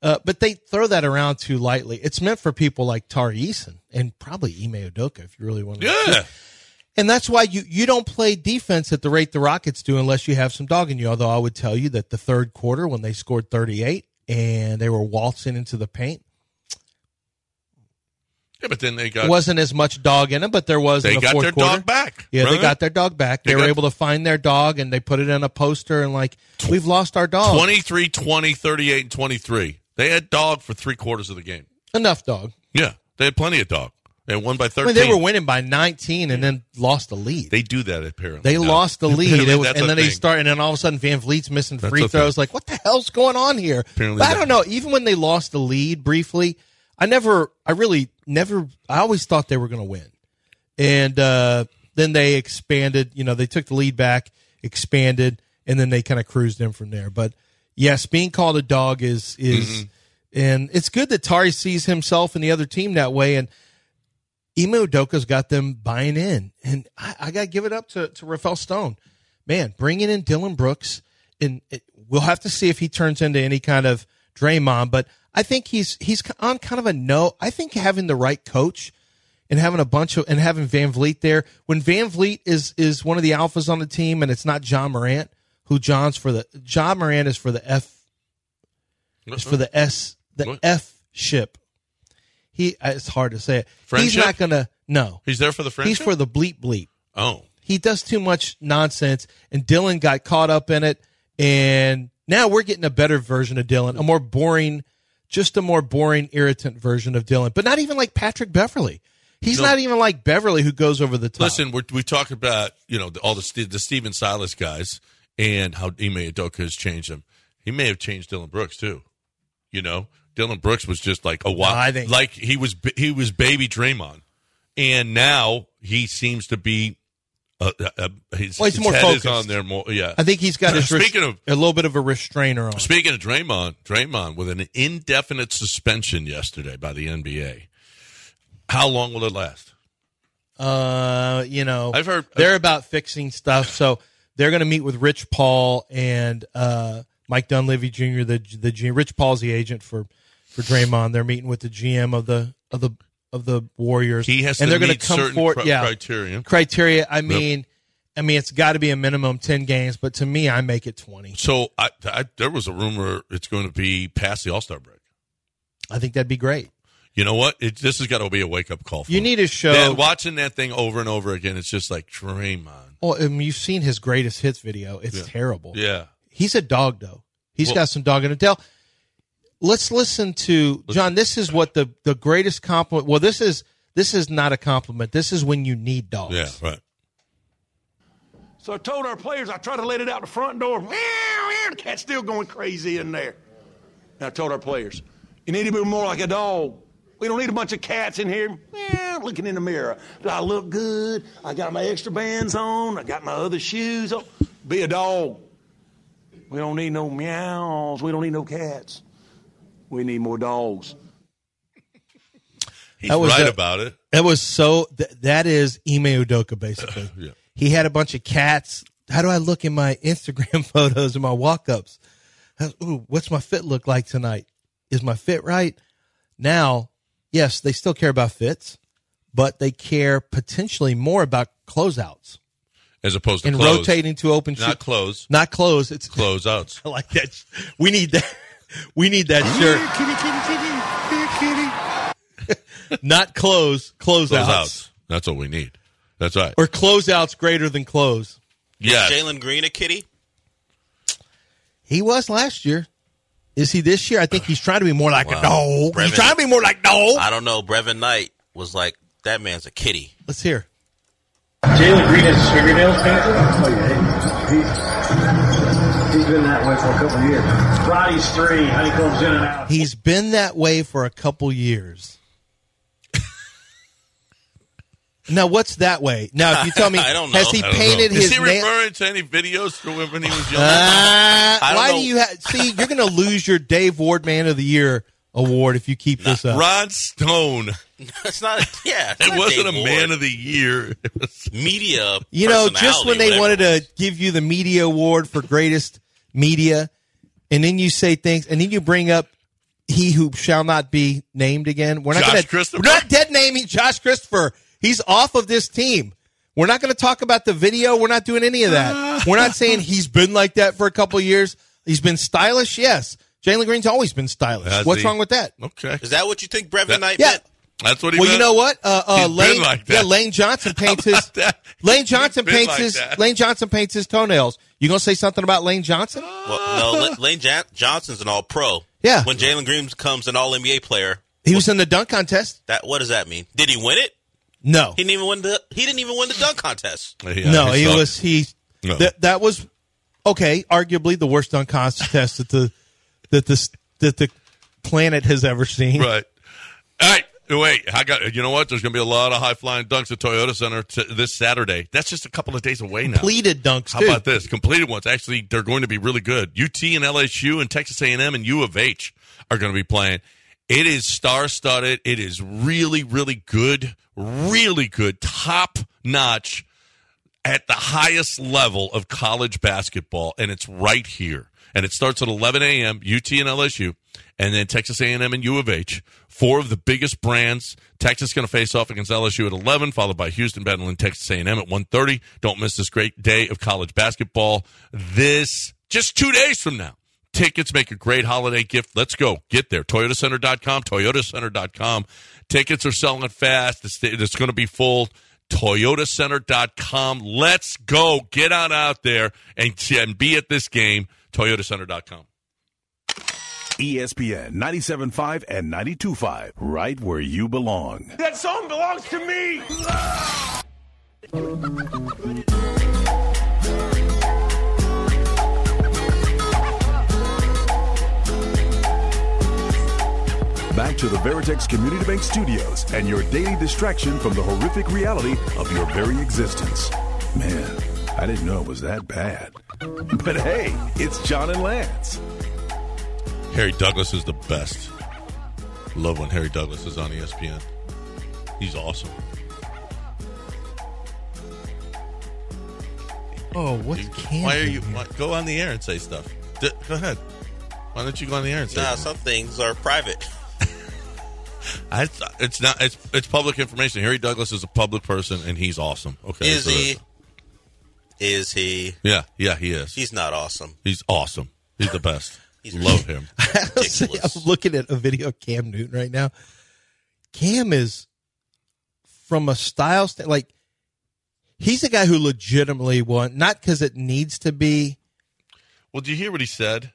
[SPEAKER 4] Uh, but they throw that around too lightly. It's meant for people like Tari Eason and probably Ime Odoka if you really want to.
[SPEAKER 3] Yeah,
[SPEAKER 4] And that's why you, you don't play defense at the rate the Rockets do unless you have some dog in you. Although I would tell you that the third quarter when they scored 38 and they were waltzing into the paint,
[SPEAKER 3] yeah, but then they
[SPEAKER 4] there
[SPEAKER 3] got
[SPEAKER 4] wasn't as much dog in them, but there was
[SPEAKER 3] they
[SPEAKER 4] in the
[SPEAKER 3] got
[SPEAKER 4] fourth
[SPEAKER 3] their
[SPEAKER 4] quarter.
[SPEAKER 3] dog back.
[SPEAKER 4] Yeah, they
[SPEAKER 3] remember?
[SPEAKER 4] got their dog back.
[SPEAKER 3] They
[SPEAKER 4] They, were
[SPEAKER 3] got-
[SPEAKER 4] able to find their dog and they put it in a poster and like, we've lost our dog.
[SPEAKER 3] 23, 20, 38, and 23. They had dog for three quarters of the game.
[SPEAKER 4] Enough dog.
[SPEAKER 3] Yeah, they had plenty of dog. They won by
[SPEAKER 4] I
[SPEAKER 3] 13.
[SPEAKER 4] mean, they were winning by 19 and then lost the lead.
[SPEAKER 3] They do that apparently.
[SPEAKER 4] They
[SPEAKER 3] now.
[SPEAKER 4] lost the lead,
[SPEAKER 3] Apparently
[SPEAKER 4] It was-
[SPEAKER 3] that's
[SPEAKER 4] and
[SPEAKER 3] a
[SPEAKER 4] then they
[SPEAKER 3] thing.
[SPEAKER 4] start, and then all of a sudden Van Vliet's missing
[SPEAKER 3] That's
[SPEAKER 4] free
[SPEAKER 3] a
[SPEAKER 4] throws.
[SPEAKER 3] thing.
[SPEAKER 4] Like, what the hell's going on here?
[SPEAKER 3] Apparently
[SPEAKER 4] but I
[SPEAKER 3] that-
[SPEAKER 4] don't know. Even when they lost the lead briefly, I never, I really never, I always thought they were going to win, and uh, then they expanded. You know, they took the lead back, expanded, and then they kind of cruised in from there. But yes, being called a dog is is.
[SPEAKER 3] Mm-hmm.
[SPEAKER 4] Mm-hmm. And it's good that Tari sees himself and the other team that way. And Emo Doka's got them buying in. And I, I got to give it up to, to Rafael Stone. Man, bringing in Dylan Brooks, and it, we'll have to see if he turns into any kind of Draymond, but I think he's he's on kind of a no. I think having the right coach and having a bunch of and having Van Vliet there, when Van Vliet is is one of the alphas on the team and it's not John Morant, who John's for the John Morant is for the F is for the S the
[SPEAKER 3] What?
[SPEAKER 4] F ship. He uh, it's hard to say it.
[SPEAKER 3] Friendship?
[SPEAKER 4] He's not gonna no.
[SPEAKER 3] He's there for the friendship.
[SPEAKER 4] He's for the bleep bleep.
[SPEAKER 3] oh,
[SPEAKER 4] He does too much nonsense, and Dylan got caught up in it. And now we're getting a better version of Dylan, a more boring, just a more boring, irritant version of Dylan, but not even like Patrick Beverly. He's
[SPEAKER 3] No.
[SPEAKER 4] not even like Beverly who goes over the top.
[SPEAKER 3] Listen, we're, we talk about you know the- all the Ste- the Steven Silas guys and how Ime Adoka has changed them. He may have changed Dylan Brooks too. You know, Dylan Brooks was just like a wild,
[SPEAKER 4] I think-
[SPEAKER 3] like he was b- he was baby Draymond, and now he seems to be. Uh, uh, uh, his,
[SPEAKER 4] Well, he's
[SPEAKER 3] his
[SPEAKER 4] more
[SPEAKER 3] head is
[SPEAKER 4] focused.
[SPEAKER 3] on there more. Yeah,
[SPEAKER 4] I think he's got his res-
[SPEAKER 3] Speaking of-
[SPEAKER 4] a little bit of a restrainer on.
[SPEAKER 3] Speaking of Draymond, Draymond with an indefinite suspension yesterday by the NBA. How long will it last?
[SPEAKER 4] Uh, you know,
[SPEAKER 3] I've heard-
[SPEAKER 4] they're about fixing stuff. So they're going to meet with Rich Paul and uh, Mike Dunleavy Jr. The the G- Rich Paul's the agent for for Draymond. They're meeting with the GM of the of the of the Warriors.
[SPEAKER 3] He has
[SPEAKER 4] and
[SPEAKER 3] to
[SPEAKER 4] they're gonna
[SPEAKER 3] meet
[SPEAKER 4] come
[SPEAKER 3] certain
[SPEAKER 4] forward.
[SPEAKER 3] cri-
[SPEAKER 4] yeah,
[SPEAKER 3] criteria.
[SPEAKER 4] Criteria. I
[SPEAKER 3] Yep.
[SPEAKER 4] mean, I mean, it's got to be a minimum ten games. But to me, I make it twenty.
[SPEAKER 3] So I, I, there was a rumor it's going to be past the All Star break.
[SPEAKER 4] I think that'd be great.
[SPEAKER 3] You know what? It, this has got to be a wake up call. For
[SPEAKER 4] You
[SPEAKER 3] him.
[SPEAKER 4] need a show.
[SPEAKER 3] That- watching that thing over and over again, it's just like Draymond.
[SPEAKER 4] well, I mean, oh, you've seen his greatest hits video. It's
[SPEAKER 3] Yeah.
[SPEAKER 4] terrible.
[SPEAKER 3] Yeah,
[SPEAKER 4] He's a dog though. He's
[SPEAKER 3] Well-
[SPEAKER 4] got some dog in it. Dell, let's listen to John. This is what the the greatest compliment. Well, this is this is not a compliment. This is when you need dogs.
[SPEAKER 3] yeah, right.
[SPEAKER 13] So I told our players I tried to let it out the front door. Meow, meow, the cat's still going crazy in there. And I told our players, you need to be more like a dog. We don't need a bunch of cats in here meow, looking in the mirror. Do I look good? I got my extra bands on. I got my other shoes on. Be a dog. We don't need no meows. We don't need no cats. We need more dogs.
[SPEAKER 3] He's
[SPEAKER 4] That was
[SPEAKER 3] right
[SPEAKER 4] a-
[SPEAKER 3] about it.
[SPEAKER 4] That was so. Th- that is Ime Udoka basically.
[SPEAKER 3] Yeah.
[SPEAKER 4] He had a bunch of cats. How do I look in my Instagram photos and my walk ups? Ooh, what's my fit look like tonight? Is my fit right? Now, yes, they still care about fits, but they care potentially more about closeouts.
[SPEAKER 3] As opposed to
[SPEAKER 4] and
[SPEAKER 3] close.
[SPEAKER 4] rotating to open shoot.
[SPEAKER 3] not close,
[SPEAKER 4] Not close. It's
[SPEAKER 3] close outs.
[SPEAKER 4] I like that. We need that. We need that shirt.
[SPEAKER 13] kitty, kitty, kitty. Here, kitty.
[SPEAKER 4] Not close. Close,
[SPEAKER 3] Close
[SPEAKER 4] outs.
[SPEAKER 3] outs. That's what we need. That's right.
[SPEAKER 4] or closeouts greater than close.
[SPEAKER 3] Yeah.
[SPEAKER 6] Jalen Green a kitty?
[SPEAKER 4] He was last year. Is he this year? I think he's trying to be more like a
[SPEAKER 6] Wow.
[SPEAKER 4] dog. He's
[SPEAKER 6] Brevin-
[SPEAKER 4] trying to be more like dog.
[SPEAKER 6] I don't know. Brevin Knight was like, that man's a kitty.
[SPEAKER 4] Let's hear.
[SPEAKER 14] Jalen Green has his fingernails painted? Oh, yeah. He, he's been that way for a couple of years. Roddy's three, honeycombs in and out.
[SPEAKER 4] He's been that way for a couple years. now what's that way? Now if you tell me,
[SPEAKER 6] I don't know.
[SPEAKER 4] has he
[SPEAKER 6] I don't know.
[SPEAKER 4] painted
[SPEAKER 3] Is
[SPEAKER 4] his
[SPEAKER 3] he
[SPEAKER 4] nail-
[SPEAKER 3] referring to any videos from when he was young?
[SPEAKER 4] Uh,
[SPEAKER 3] I don't
[SPEAKER 4] why
[SPEAKER 3] know.
[SPEAKER 4] do you ha- see? You're going to lose your Dave Ward Man of the Year award if you keep this up.
[SPEAKER 3] Rod Stone.
[SPEAKER 6] It's not. A, yeah, it's not
[SPEAKER 3] It wasn't a
[SPEAKER 6] Dave
[SPEAKER 3] man
[SPEAKER 6] Ward.
[SPEAKER 3] of the year. It was-
[SPEAKER 6] media.
[SPEAKER 4] You know, just when
[SPEAKER 6] personality,
[SPEAKER 4] they
[SPEAKER 6] whatever.
[SPEAKER 4] wanted to give you the media award for greatest media, and then you say things, and then you bring up he who shall not be named again. We're not
[SPEAKER 3] Josh
[SPEAKER 4] going to.
[SPEAKER 3] Christopher.
[SPEAKER 4] We're not dead naming Josh Christopher. He's off of this team. We're not going to talk about the video. We're not doing any of that. We're not saying he's been like that for a couple of years. He's been stylish, yes. Jalen Green's always been stylish.
[SPEAKER 3] Has
[SPEAKER 4] What's
[SPEAKER 3] he?
[SPEAKER 4] wrong with that?
[SPEAKER 3] Okay.
[SPEAKER 6] Is that what you think Brevin
[SPEAKER 3] That-
[SPEAKER 6] Knight
[SPEAKER 4] Yeah.
[SPEAKER 6] meant?
[SPEAKER 3] That's what he
[SPEAKER 4] Well,
[SPEAKER 3] meant?
[SPEAKER 4] you know what? Uh, uh,
[SPEAKER 3] He's been
[SPEAKER 4] Lane,
[SPEAKER 3] like
[SPEAKER 4] yeah,
[SPEAKER 3] that.
[SPEAKER 4] Lane Johnson paints his
[SPEAKER 3] that?
[SPEAKER 4] Lane Johnson
[SPEAKER 3] been
[SPEAKER 4] paints
[SPEAKER 3] like
[SPEAKER 4] his
[SPEAKER 3] that.
[SPEAKER 4] Lane Johnson paints his toenails. You gonna say something about Lane Johnson?
[SPEAKER 6] Well, no, La- Lane Jan- Johnson's an All Pro.
[SPEAKER 4] Yeah.
[SPEAKER 6] When Jalen Green becomes an All NBA player,
[SPEAKER 4] He was in the dunk contest.
[SPEAKER 6] that what does that mean? Did he win it?
[SPEAKER 4] No,
[SPEAKER 6] He didn't even win the. He didn't even win the dunk contest.
[SPEAKER 3] Yeah,
[SPEAKER 4] no, he
[SPEAKER 3] sucked.
[SPEAKER 4] was he.
[SPEAKER 3] No.
[SPEAKER 4] That that was okay. Arguably the worst dunk contest that the that this that the planet has ever seen.
[SPEAKER 3] Right. All right. Wait, I got. You know what? There's going to be a lot of high flying dunks at Toyota Center t- this Saturday. That's just a couple of days away now.
[SPEAKER 4] Pleated dunks.
[SPEAKER 3] How
[SPEAKER 4] too.
[SPEAKER 3] about this? Completed ones. Actually, they're going to be really good. UT and LSU and Texas A&M and U of H are going to be playing. It is star studded. It is really, really good. Really good. Top notch at the highest level of college basketball, and it's right here. And it starts at 11 a.m. UT and LSU, and then Texas A&M and U of H. Four of the biggest brands. Texas going to face off against LSU at 11, followed by Houston battling Texas A&M at 1:30. Don't miss this great day of college basketball. This just two days from now. Tickets make a great holiday gift. Let's go. Get there. ToyotaCenter.com, ToyotaCenter.com. Tickets are selling fast. It's, it's going to be full. ToyotaCenter.com. Let's go. Get on out there and, and be at this game. ToyotaCenter.com.
[SPEAKER 1] E ESPN 97.5 and 92.5, right where you belong.
[SPEAKER 13] That song belongs to me.
[SPEAKER 1] Back to the Veritex Community Bank Studios and your daily distraction from the horrific reality of your very existence. Man, I didn't know it was that bad. But hey, it's John and Lance.
[SPEAKER 3] E Harry Douglas is the best. Love when Harry Douglas is on ESPN. He's awesome.
[SPEAKER 4] Oh, what's
[SPEAKER 3] Why are
[SPEAKER 4] Camden
[SPEAKER 3] you?
[SPEAKER 4] here?
[SPEAKER 3] Why, go on the air and say stuff. D- go ahead. Why don't you go on the air and say?
[SPEAKER 6] Nah,
[SPEAKER 3] something?
[SPEAKER 6] some things are private.
[SPEAKER 3] I, it's not. It's it's public information. Harry Douglas is a public person, and he's awesome. Okay,
[SPEAKER 6] Is
[SPEAKER 3] so-
[SPEAKER 6] he? Is he?
[SPEAKER 3] Yeah, yeah, he is.
[SPEAKER 6] He's not awesome.
[SPEAKER 3] He's awesome. He's the best. Love him.
[SPEAKER 9] See, I'm looking at a video of Cam Newton right now. Cam is from a style st- like he's a guy who legitimately won, not because it needs to be.
[SPEAKER 3] Well, do you hear what he said?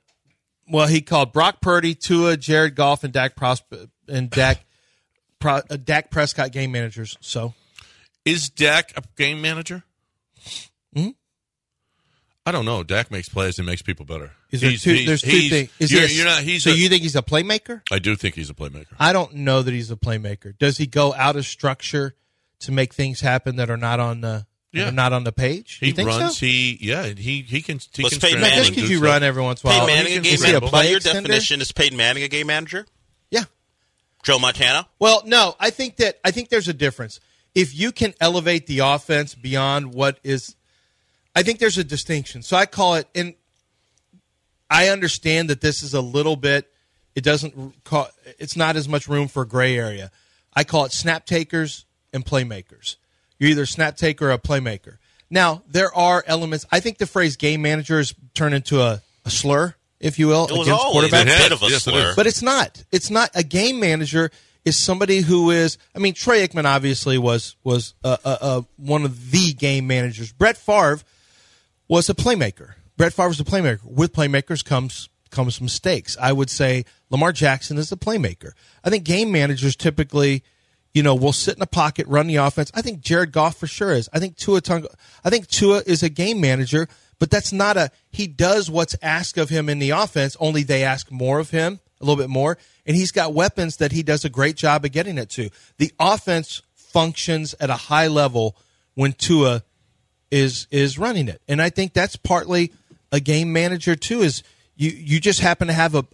[SPEAKER 9] Well, he called Brock Purdy, Tua, Jared Goff, and Dak Prosp- and Dak Pro- uh, Dak Prescott game managers. So
[SPEAKER 3] Is Dak a game manager?
[SPEAKER 9] Hmm?
[SPEAKER 3] I don't know. Dak makes plays and makes people better.
[SPEAKER 9] is there
[SPEAKER 3] He's-
[SPEAKER 9] two?
[SPEAKER 3] he's-
[SPEAKER 9] There's two
[SPEAKER 3] he's-
[SPEAKER 9] things. Is
[SPEAKER 3] you're,
[SPEAKER 9] there-
[SPEAKER 3] you're not. He's
[SPEAKER 9] so
[SPEAKER 3] a-
[SPEAKER 9] you think he's a playmaker?
[SPEAKER 3] I do think he's a playmaker.
[SPEAKER 9] I don't know that he's a playmaker. Does he go out of structure to make things happen that are not on the that
[SPEAKER 3] Yeah.
[SPEAKER 9] are not on the page?
[SPEAKER 3] He
[SPEAKER 9] you think so?
[SPEAKER 3] runs. He yeah. and He he can. He
[SPEAKER 6] Was
[SPEAKER 3] can
[SPEAKER 6] Peyton
[SPEAKER 3] scramble
[SPEAKER 6] Manning-
[SPEAKER 3] and
[SPEAKER 9] Just 'cause
[SPEAKER 3] do
[SPEAKER 9] you
[SPEAKER 3] stuff.
[SPEAKER 9] run every once in a
[SPEAKER 6] Peyton
[SPEAKER 9] while.
[SPEAKER 6] Manning a
[SPEAKER 9] Is
[SPEAKER 6] game
[SPEAKER 9] he a
[SPEAKER 6] manager? By
[SPEAKER 9] play
[SPEAKER 6] your
[SPEAKER 9] extender?
[SPEAKER 6] definition, is Peyton Manning a game manager?
[SPEAKER 9] Yeah.
[SPEAKER 6] Joe Montana.
[SPEAKER 9] Well, no, I think that I think there's a difference. If you can elevate the offense beyond what is, I think there's a distinction. So I call it, and I understand that this is a little bit. It doesn't call. It's not as much room for gray area. I call it snap takers and playmakers. You're either a snap taker or a playmaker. Now there are elements. I think the phrase game manager is turned into a, a slur, if you will,
[SPEAKER 6] It was
[SPEAKER 9] against
[SPEAKER 6] always a
[SPEAKER 9] quarterbacks.
[SPEAKER 6] bit of a
[SPEAKER 3] Yes, it
[SPEAKER 6] slur.
[SPEAKER 3] is.
[SPEAKER 9] But it's not. It's not a game manager. Is somebody who is. I mean, Trey Aikman obviously was was uh, uh, uh, one of the game managers. Brett Favre was a playmaker. Brett Favre was a playmaker. With playmakers comes comes mistakes. I would say Lamar Jackson is a playmaker. I think game managers typically, you know, will sit in a pocket, run the offense. I think Jared Goff for sure is. I think Tua Tunga, I think Tua is a game manager, but that's not a he does what's asked of him in the offense, only they ask more of him, a little bit more, and he's got weapons that he does a great job of getting it to. The offense functions at a high level when Tua is is running it. And I think that's partly a game manager too. Is you you just happen to have a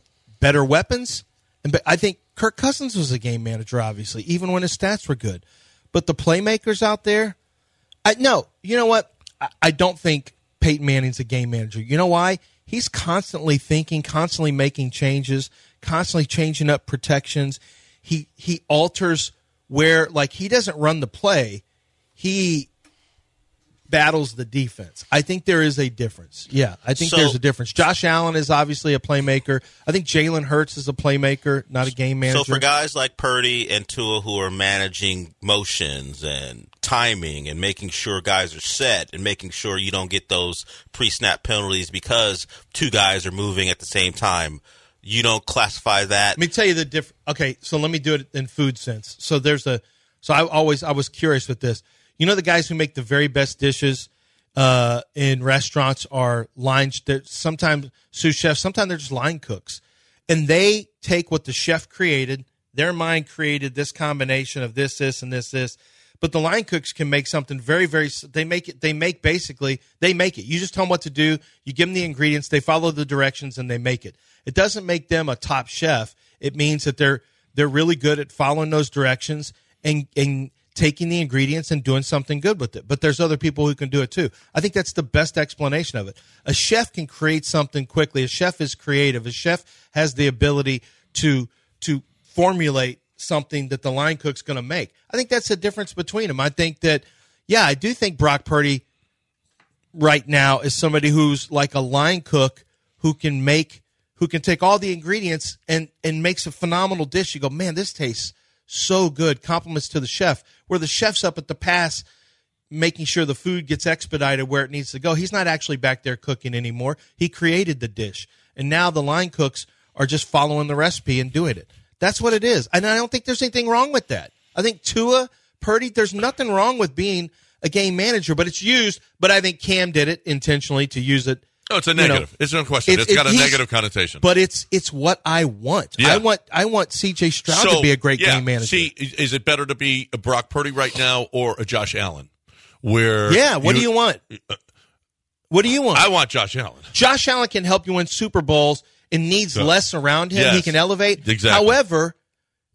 [SPEAKER 9] better weapons. And but I think Kirk Cousins was a game manager, obviously, even when his stats were good. But the playmakers out there, I no, you know what? I, I don't think Peyton Manning's a game manager. You know why? He's constantly thinking, constantly making changes, constantly changing up protections. He he alters where like he doesn't run the play. He battles the defense. I think there is a difference. Yeah, I think
[SPEAKER 6] So-
[SPEAKER 9] there's a difference. Josh Allen is obviously a playmaker. I think Jalen Hurts is a playmaker, not a game manager.
[SPEAKER 6] So for guys like Purdy and Tua who are managing motions and timing and making sure guys are set and making sure you don't get those pre-snap penalties because two guys are moving at the same time, you don't classify that.
[SPEAKER 9] Let me tell you the diff. Okay, so let me do it in food sense. So there's a. So I always I was curious with this. You know the guys who make the very best dishes uh, in restaurants are line. They're sometimes sous chefs. Sometimes they're just line cooks, and they take what the chef created. Their mind created this combination of this, this, and this, this. But the line cooks can make something very, very. s- They make it. They make basically. They make it. You just tell them what to do. You give them the ingredients. They follow the directions and they make it. It doesn't make them a top chef. It means that they're they're really good at following those directions and and taking the ingredients and doing something good with it. But there's other people who can do it too. I think that's the best explanation of it. A chef can create something quickly. A chef is creative. A chef has the ability to to formulate something that the line cook's going to make. I think that's the difference between them. I think that, yeah, I do think Brock Purdy right now is somebody who's like a line cook who can make, who can take all the ingredients and and makes a phenomenal dish. You go, man, this tastes so good. Compliments to the chef. Where the chef's up at the pass making sure the food gets expedited where it needs to go. He's not actually back there cooking anymore. He created the dish. And now the line cooks are just following the recipe and doing it. That's what it is. And I don't think there's anything wrong with that. I think Tua, Purdy, there's nothing wrong with being a game manager, but it's used. But I think Cam did it intentionally to use it.
[SPEAKER 3] No, it's a
[SPEAKER 9] you know,
[SPEAKER 3] negative. It's no question. It's got a
[SPEAKER 9] he's-
[SPEAKER 3] negative connotation.
[SPEAKER 9] But it's it's what I want.
[SPEAKER 3] Yeah.
[SPEAKER 9] I want I want CJ Stroud to be a great
[SPEAKER 3] yeah,
[SPEAKER 9] game manager.
[SPEAKER 3] See, is is it better to be a Brock Purdy right now or a Josh Allen? Where
[SPEAKER 9] yeah, what do you want?
[SPEAKER 3] uh,
[SPEAKER 9] What do you want?
[SPEAKER 3] I want Josh Allen.
[SPEAKER 9] Josh Allen can help you win Super Bowls and needs
[SPEAKER 3] Yeah.
[SPEAKER 9] less around him.
[SPEAKER 3] Yes.
[SPEAKER 9] He can elevate.
[SPEAKER 3] Exactly.
[SPEAKER 9] However,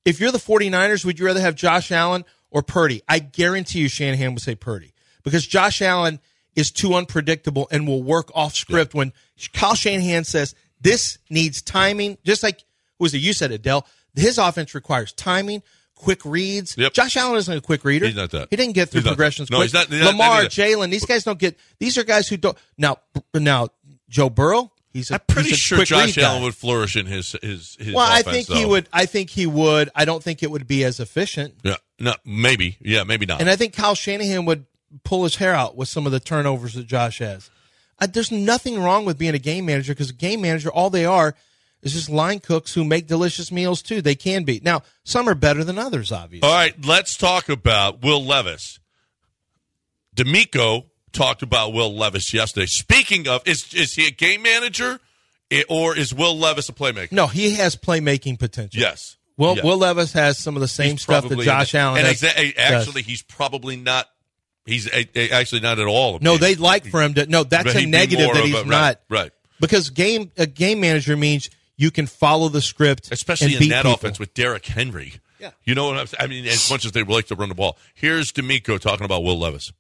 [SPEAKER 9] if you're the 49ers, would you rather have Josh Allen or Purdy. I guarantee you Shanahan would say Purdy because Josh Allen is too unpredictable and will work off script when Kyle Shanahan says this needs timing, just like was it you said it, Dell. His offense requires timing, quick reads. Josh Allen isn't a quick reader.
[SPEAKER 3] He's not that.
[SPEAKER 9] He didn't get through
[SPEAKER 3] He's not that.
[SPEAKER 9] progressions
[SPEAKER 3] No,
[SPEAKER 9] quick.
[SPEAKER 3] he's not- he's not-
[SPEAKER 9] Lamar,
[SPEAKER 3] he's
[SPEAKER 9] Jalen, these guys don't get. These are guys who don't. Now, now Joe Burrow, he's a I'm
[SPEAKER 3] Pretty sure
[SPEAKER 9] quick read
[SPEAKER 3] Josh
[SPEAKER 9] guy.
[SPEAKER 3] Allen would flourish in his his. his
[SPEAKER 9] Well, I think
[SPEAKER 3] offense,
[SPEAKER 9] he
[SPEAKER 3] though.
[SPEAKER 9] would. I think he would. I don't think it would be as efficient.
[SPEAKER 3] Yeah, no, maybe. Yeah, maybe not.
[SPEAKER 9] And I think Kyle Shanahan would pull his hair out with some of the turnovers that Josh has. I, there's nothing wrong with being a game manager because a game manager, all they are is just line cooks who make delicious meals too. They can be. Now, some are better than others, obviously.
[SPEAKER 3] All right, let's talk about Will Levis. D'Amico talked about Will Levis yesterday. Speaking of, is is he a game manager, I- or is Will Levis a playmaker?
[SPEAKER 9] No, he has playmaking potential.
[SPEAKER 3] Yes.
[SPEAKER 9] Well,
[SPEAKER 3] Yes.
[SPEAKER 9] Will Levis has some of the same
[SPEAKER 3] He's
[SPEAKER 9] stuff that
[SPEAKER 3] probably-
[SPEAKER 9] Josh Allen
[SPEAKER 3] And
[SPEAKER 9] has, does.
[SPEAKER 3] exa- actually, he's probably not. He's a, a- actually not at all. a
[SPEAKER 9] No,
[SPEAKER 3] game-
[SPEAKER 9] they'd like for him to. No, that's
[SPEAKER 3] But he'd
[SPEAKER 9] a
[SPEAKER 3] be
[SPEAKER 9] negative
[SPEAKER 3] more
[SPEAKER 9] that
[SPEAKER 3] of
[SPEAKER 9] he's
[SPEAKER 3] a- right,
[SPEAKER 9] not.
[SPEAKER 3] right.
[SPEAKER 9] Because game a game manager means you can follow the script,
[SPEAKER 3] especially
[SPEAKER 9] and
[SPEAKER 3] in
[SPEAKER 9] beat
[SPEAKER 3] that
[SPEAKER 9] people.
[SPEAKER 3] offense with Derrick Henry. Yeah. You know what I'm saying? I mean, as much as they like to run the ball, here's D'Amico talking about Will Levis.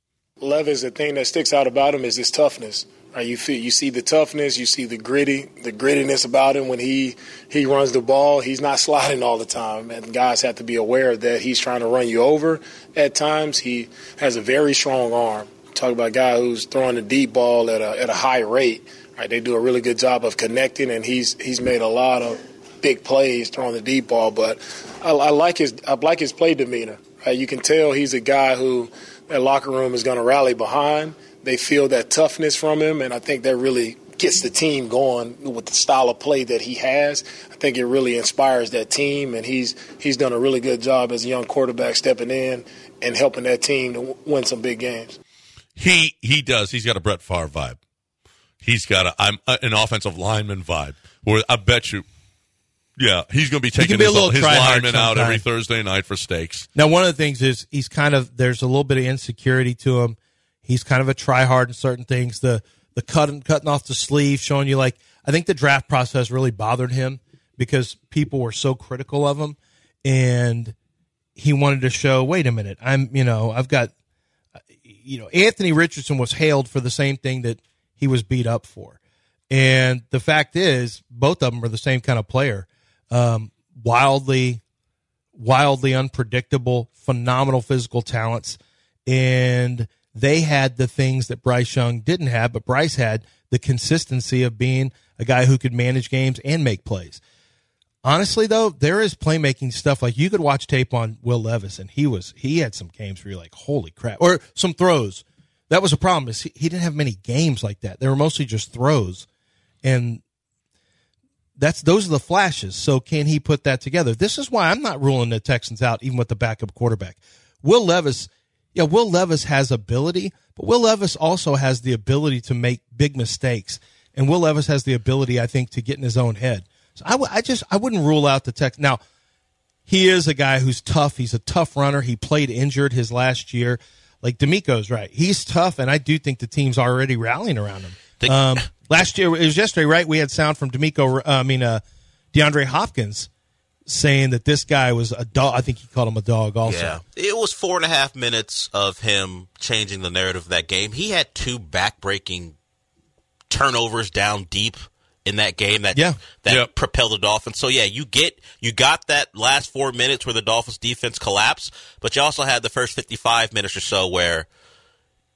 [SPEAKER 15] Levis, the thing that sticks out about him is his toughness. Right? You feel, you see the toughness, you see the gritty, the grittiness about him when he he runs the ball. He's not sliding all the time, and guys have to be aware of that he's trying to run you over at times. He has a very strong arm. Talk about a guy who's throwing the deep ball at a at a high rate. Right? They do a really good job of connecting, and he's he's made a lot of big plays throwing the deep ball. But I, I like his I like his play demeanor. Right? You can tell he's a guy who that locker room is going to rally behind. They feel that toughness from him, and I think that really gets the team going with the style of play that he has. I think it really inspires that team, and he's he's done a really good job as a young quarterback stepping in and helping that team to w- win some big games.
[SPEAKER 3] He he does. He's got a Brett Favre vibe. He's got a I'm a, an offensive lineman vibe. Where I bet you, yeah, he's going to be
[SPEAKER 9] can
[SPEAKER 3] taking
[SPEAKER 9] be a
[SPEAKER 3] his,
[SPEAKER 9] little
[SPEAKER 3] his
[SPEAKER 9] tryhard
[SPEAKER 3] lineman out every
[SPEAKER 9] sometimes.
[SPEAKER 3] Thursday night for steaks.
[SPEAKER 9] Now, one of the things is he's kind of there's a little bit of insecurity to him. He's kind of a try hard in certain things. The the cutting cutting off the sleeve, showing you like I think the draft process really bothered him because people were so critical of him, and he wanted to show. Wait a minute, I'm you know I've got you know Anthony Richardson was hailed for the same thing that he was beat up for, and the fact is both of them are the same kind of player, um, wildly wildly unpredictable, phenomenal physical talents. And they had the things that Bryce Young didn't have, but Bryce had the consistency of being a guy who could manage games and make plays. Honestly, though, there is playmaking stuff. Like you could watch tape on Will Levis, and he was he had some games where you're like, "Holy crap!" or some throws. That was a problem. Is he, he didn't have many games like that. They were mostly just throws, and that's those are the flashes. So can he put that together? This is why I'm not ruling the Texans out, even with the backup quarterback. Will Levis, yeah, Will Levis has ability, but Will Levis also has the ability to make big mistakes, and Will Levis has the ability, I think, to get in his own head. So I, w- I just I wouldn't rule out the Texans. Now he is a guy who's tough. He's a tough runner. He played injured his last year. Like D'Amico's right, he's tough, and I do think the team's already rallying around him. um, last year it was yesterday, right? We had sound from D'Amico. Uh, I mean, uh, DeAndre Hopkins saying that this guy was a dog. I think he called him a dog. Also,
[SPEAKER 6] Yeah. It was four and a half minutes of him changing the narrative of that game. He had two backbreaking turnovers down deep in that game that
[SPEAKER 9] Yeah.
[SPEAKER 6] that propelled the Dolphins. So yeah, you get you got that last four minutes where the Dolphins defense collapsed, but you also had the first fifty five minutes or so where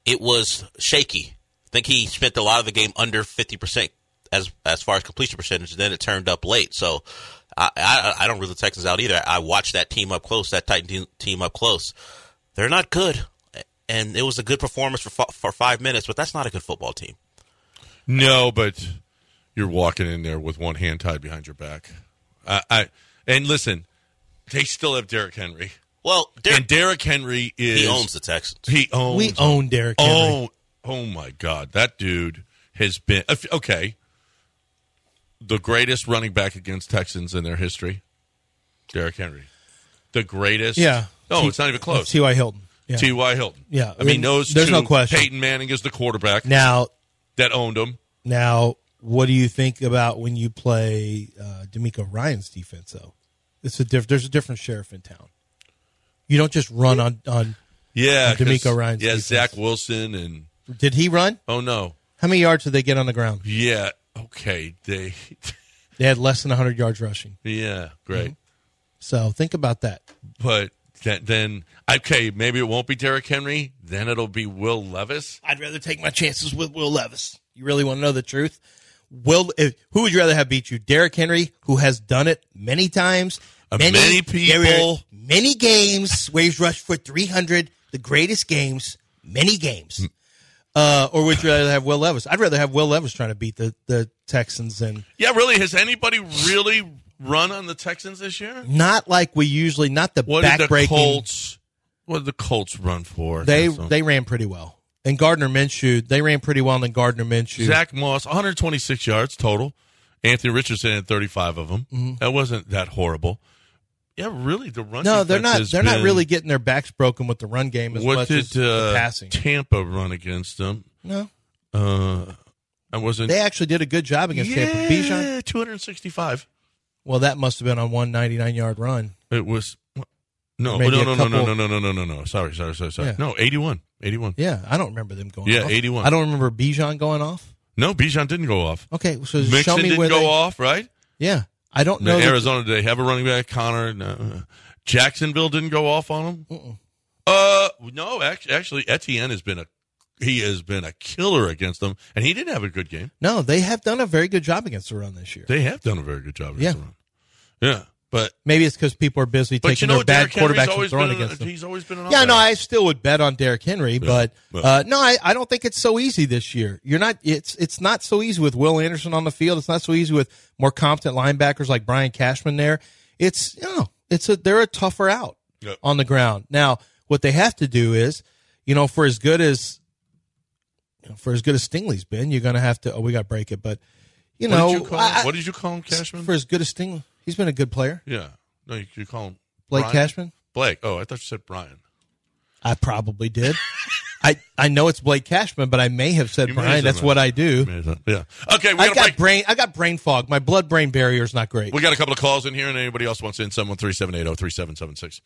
[SPEAKER 6] it was shaky. I think he spent a lot of the game under fifty percent as as far as completion percentage. And then it turned up late, so I I, I don't rule the Texans out either. I watched that team up close, that Titan team- team up close. They're not good, and it was a good performance for fi- for five minutes, but that's not a good football team.
[SPEAKER 3] No, but you're walking in there with one hand tied behind your back. I, I and listen, they still have Derrick Henry.
[SPEAKER 6] Well, Derrick,
[SPEAKER 3] and Derrick Henry is
[SPEAKER 6] He owns the Texans.
[SPEAKER 3] He owns.
[SPEAKER 9] We own Derrick Henry.
[SPEAKER 3] Oh, oh my God, that dude has been if- okay. The greatest running back against Texans in their history, Derrick Henry. The greatest.
[SPEAKER 9] yeah.
[SPEAKER 3] No,
[SPEAKER 9] T-
[SPEAKER 3] it's not even close.
[SPEAKER 9] T.Y. Hilton. Yeah.
[SPEAKER 3] T.Y. Hilton.
[SPEAKER 9] Yeah,
[SPEAKER 3] I mean, those
[SPEAKER 9] there's
[SPEAKER 3] two,
[SPEAKER 9] no question.
[SPEAKER 3] Peyton Manning is the quarterback
[SPEAKER 9] Now,
[SPEAKER 3] that owned him.
[SPEAKER 9] now, what do you think about when you play uh, D'Amico Ryan's defense? Though, it's a diff- There's a different sheriff in town.
[SPEAKER 4] You don't just run on on.
[SPEAKER 3] Yeah,
[SPEAKER 4] on D'Amico
[SPEAKER 3] 'cause-
[SPEAKER 4] Ryan's.
[SPEAKER 3] Yeah, Zach Wilson and
[SPEAKER 4] Did he run?
[SPEAKER 3] oh no,
[SPEAKER 4] How many yards did they get on the ground?
[SPEAKER 3] yeah, okay, they,
[SPEAKER 4] They had less than 100 yards rushing.
[SPEAKER 3] yeah, great.
[SPEAKER 4] Mm-hmm. So think about that.
[SPEAKER 3] But that, then okay, maybe it won't be Derrick Henry. Then it'll be Will Levis.
[SPEAKER 4] I'd rather take my chances with Will Levis. You really want to know the truth? Will, if, who would you rather have beat you, Derrick Henry, who has done it many times,
[SPEAKER 3] Uh, many
[SPEAKER 4] there were
[SPEAKER 3] people.
[SPEAKER 4] many games where he's rushed for three hundred, the greatest games, many games. Uh, or would you rather have Will Levis? I'd rather have Will Levis trying to beat the the Texans and
[SPEAKER 3] Yeah, really. Has anybody really run on the Texans this year?
[SPEAKER 4] not like we usually not the
[SPEAKER 3] What did the
[SPEAKER 4] backbreaking.
[SPEAKER 3] Colts? What did the Colts run for?
[SPEAKER 4] They
[SPEAKER 3] That's all.
[SPEAKER 4] they ran pretty well, and Gardner Minshew they ran pretty well, and then Gardner Minshew.
[SPEAKER 3] Zach Moss, 126 yards total. Anthony Richardson had 35 of them.
[SPEAKER 4] Mm-hmm.
[SPEAKER 3] That wasn't that horrible. Yeah, really. The run.
[SPEAKER 4] no, they're
[SPEAKER 3] defense
[SPEAKER 4] not.
[SPEAKER 3] has
[SPEAKER 4] They're not
[SPEAKER 3] been-
[SPEAKER 4] really getting their backs broken with the run game as
[SPEAKER 3] What
[SPEAKER 4] much
[SPEAKER 3] did
[SPEAKER 4] as the
[SPEAKER 3] uh,
[SPEAKER 4] passing.
[SPEAKER 3] Tampa run against them?
[SPEAKER 4] No,
[SPEAKER 3] Uh, I wasn't.
[SPEAKER 4] they actually did a good job against Tampa. Bijan.
[SPEAKER 3] Yeah, 265.
[SPEAKER 4] Well, that must have been on one ninety nine yard run.
[SPEAKER 3] It was no,
[SPEAKER 4] Maybe
[SPEAKER 3] no,
[SPEAKER 4] a
[SPEAKER 3] no, no, no,
[SPEAKER 4] couple-
[SPEAKER 3] no, no, no, no, no, no. Sorry, sorry, sorry, sorry.
[SPEAKER 4] Yeah.
[SPEAKER 3] No, 81, 81.
[SPEAKER 4] Yeah, I don't remember them going.
[SPEAKER 3] Yeah,
[SPEAKER 4] off.
[SPEAKER 3] 81.
[SPEAKER 4] I don't remember Bijan going off.
[SPEAKER 3] No, Bijan didn't go off.
[SPEAKER 4] Okay, so show
[SPEAKER 3] Mixon
[SPEAKER 4] me
[SPEAKER 3] didn't
[SPEAKER 4] where
[SPEAKER 3] go
[SPEAKER 4] they,
[SPEAKER 3] off, right?
[SPEAKER 4] Yeah, I don't
[SPEAKER 3] No,
[SPEAKER 4] know. that-
[SPEAKER 3] Arizona, did they have a running back? Connor, no. Jacksonville didn't go off on him.
[SPEAKER 4] Uh-uh.
[SPEAKER 3] Uh, no, actually, actually, Etienne has been a he has been a killer against them, and he didn't have a good game.
[SPEAKER 4] no, they have done a very good job against the run this year.
[SPEAKER 3] They have done a very good job.
[SPEAKER 4] Yeah.
[SPEAKER 3] Against them. yeah, but
[SPEAKER 4] Maybe it's because people are busy
[SPEAKER 3] but you
[SPEAKER 4] taking
[SPEAKER 3] know
[SPEAKER 4] their bad
[SPEAKER 3] Derrick Henry's
[SPEAKER 4] quarterbacks and
[SPEAKER 3] always
[SPEAKER 4] throwing
[SPEAKER 3] been an-
[SPEAKER 4] against them.
[SPEAKER 3] He's always been an
[SPEAKER 4] Yeah,
[SPEAKER 3] all-rounder.
[SPEAKER 4] no, I still would bet on Derrick Henry, but uh, no, I, I don't think it's so easy this year. You're not. It's it's not so easy with Will Anderson on the field. It's not so easy with more competent linebackers like Brian Cashman. There, it's you know, it's a they're a tougher out
[SPEAKER 3] Yep.
[SPEAKER 4] on the ground. Now, what they have to do is, you know, for as good as you know, for as good as Stingley's been, you're going to have to. Oh, we got to break it, but you
[SPEAKER 3] What
[SPEAKER 4] know,
[SPEAKER 3] did you call
[SPEAKER 4] I-
[SPEAKER 3] him? What did you call him, Cashman?
[SPEAKER 4] for as good as Stingley, he's been a good player.
[SPEAKER 3] yeah, no, you, you call him
[SPEAKER 4] Blake
[SPEAKER 3] Brian?
[SPEAKER 4] Cashman?
[SPEAKER 3] Blake. Oh, I thought you said Brian.
[SPEAKER 4] I probably did. I, I know it's Blake Cashman, but I may have said
[SPEAKER 3] You may have
[SPEAKER 4] Brian.
[SPEAKER 3] said
[SPEAKER 4] That's
[SPEAKER 3] that.
[SPEAKER 4] what I do.
[SPEAKER 3] Yeah. Okay, we
[SPEAKER 4] I
[SPEAKER 3] got a
[SPEAKER 4] got
[SPEAKER 3] break.
[SPEAKER 4] brain. I got brain fog. My blood brain barrier is not great.
[SPEAKER 3] We got a couple of calls in here, and anybody else wants in, 713-780-3776.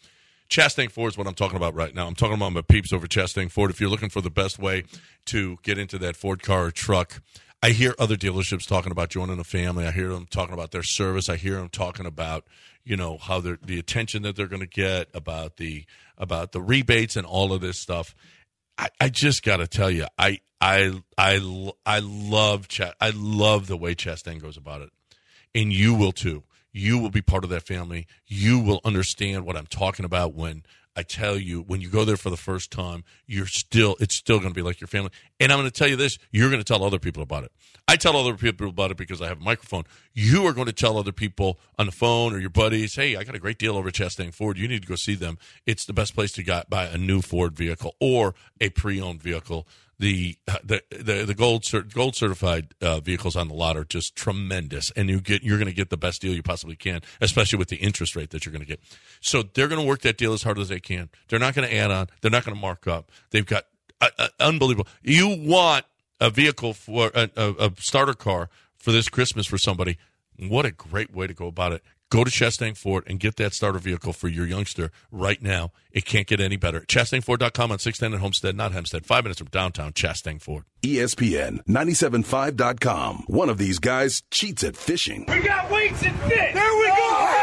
[SPEAKER 3] Chastain Ford is what I'm talking about right now. I'm talking about my peeps over Chastain Ford. If you're looking for the best way to get into that Ford car or truck, I hear other dealerships talking about joining a family. I hear them talking about their service. I hear them talking about you know how they're the attention that they're going to get about the about the rebates and all of this stuff. I, I just got to tell you, I I I l- I love Ch- I love the way Chastain goes about it and you will too. You will be part of that family. You will understand what I'm talking about when I tell you when you go there for the first time, you're still it's still going to be like your family. And I'm going to tell you this, you're going to tell other people about it. I tell other people about it because I have a microphone. You are going to tell other people on the phone or your buddies, "Hey, I got a great deal over at Chastain Ford. You need to go see them. It's the best place to got, buy a new Ford vehicle or a pre-owned vehicle." the the the, the gold cert, gold certified uh, vehicles on the lot are just tremendous, and you get you're going to get the best deal you possibly can, especially with the interest rate that you're going to get. So they're going to work that deal as hard as they can. They're not going to add on. They're not going to mark up. They've got uh, uh, unbelievable. You want a vehicle for a, a, a starter car for this Christmas for somebody? What a great way to go about it. Go to Chastain Ford and get that starter vehicle for your youngster right now. It can't get any better. ChastainFord.com on 610 and Homestead, not Hempstead. Five minutes from downtown Chastain Ford.
[SPEAKER 1] E ESPN 975.com. One of these guys cheats at fishing.
[SPEAKER 14] We got weights and fish. There we go.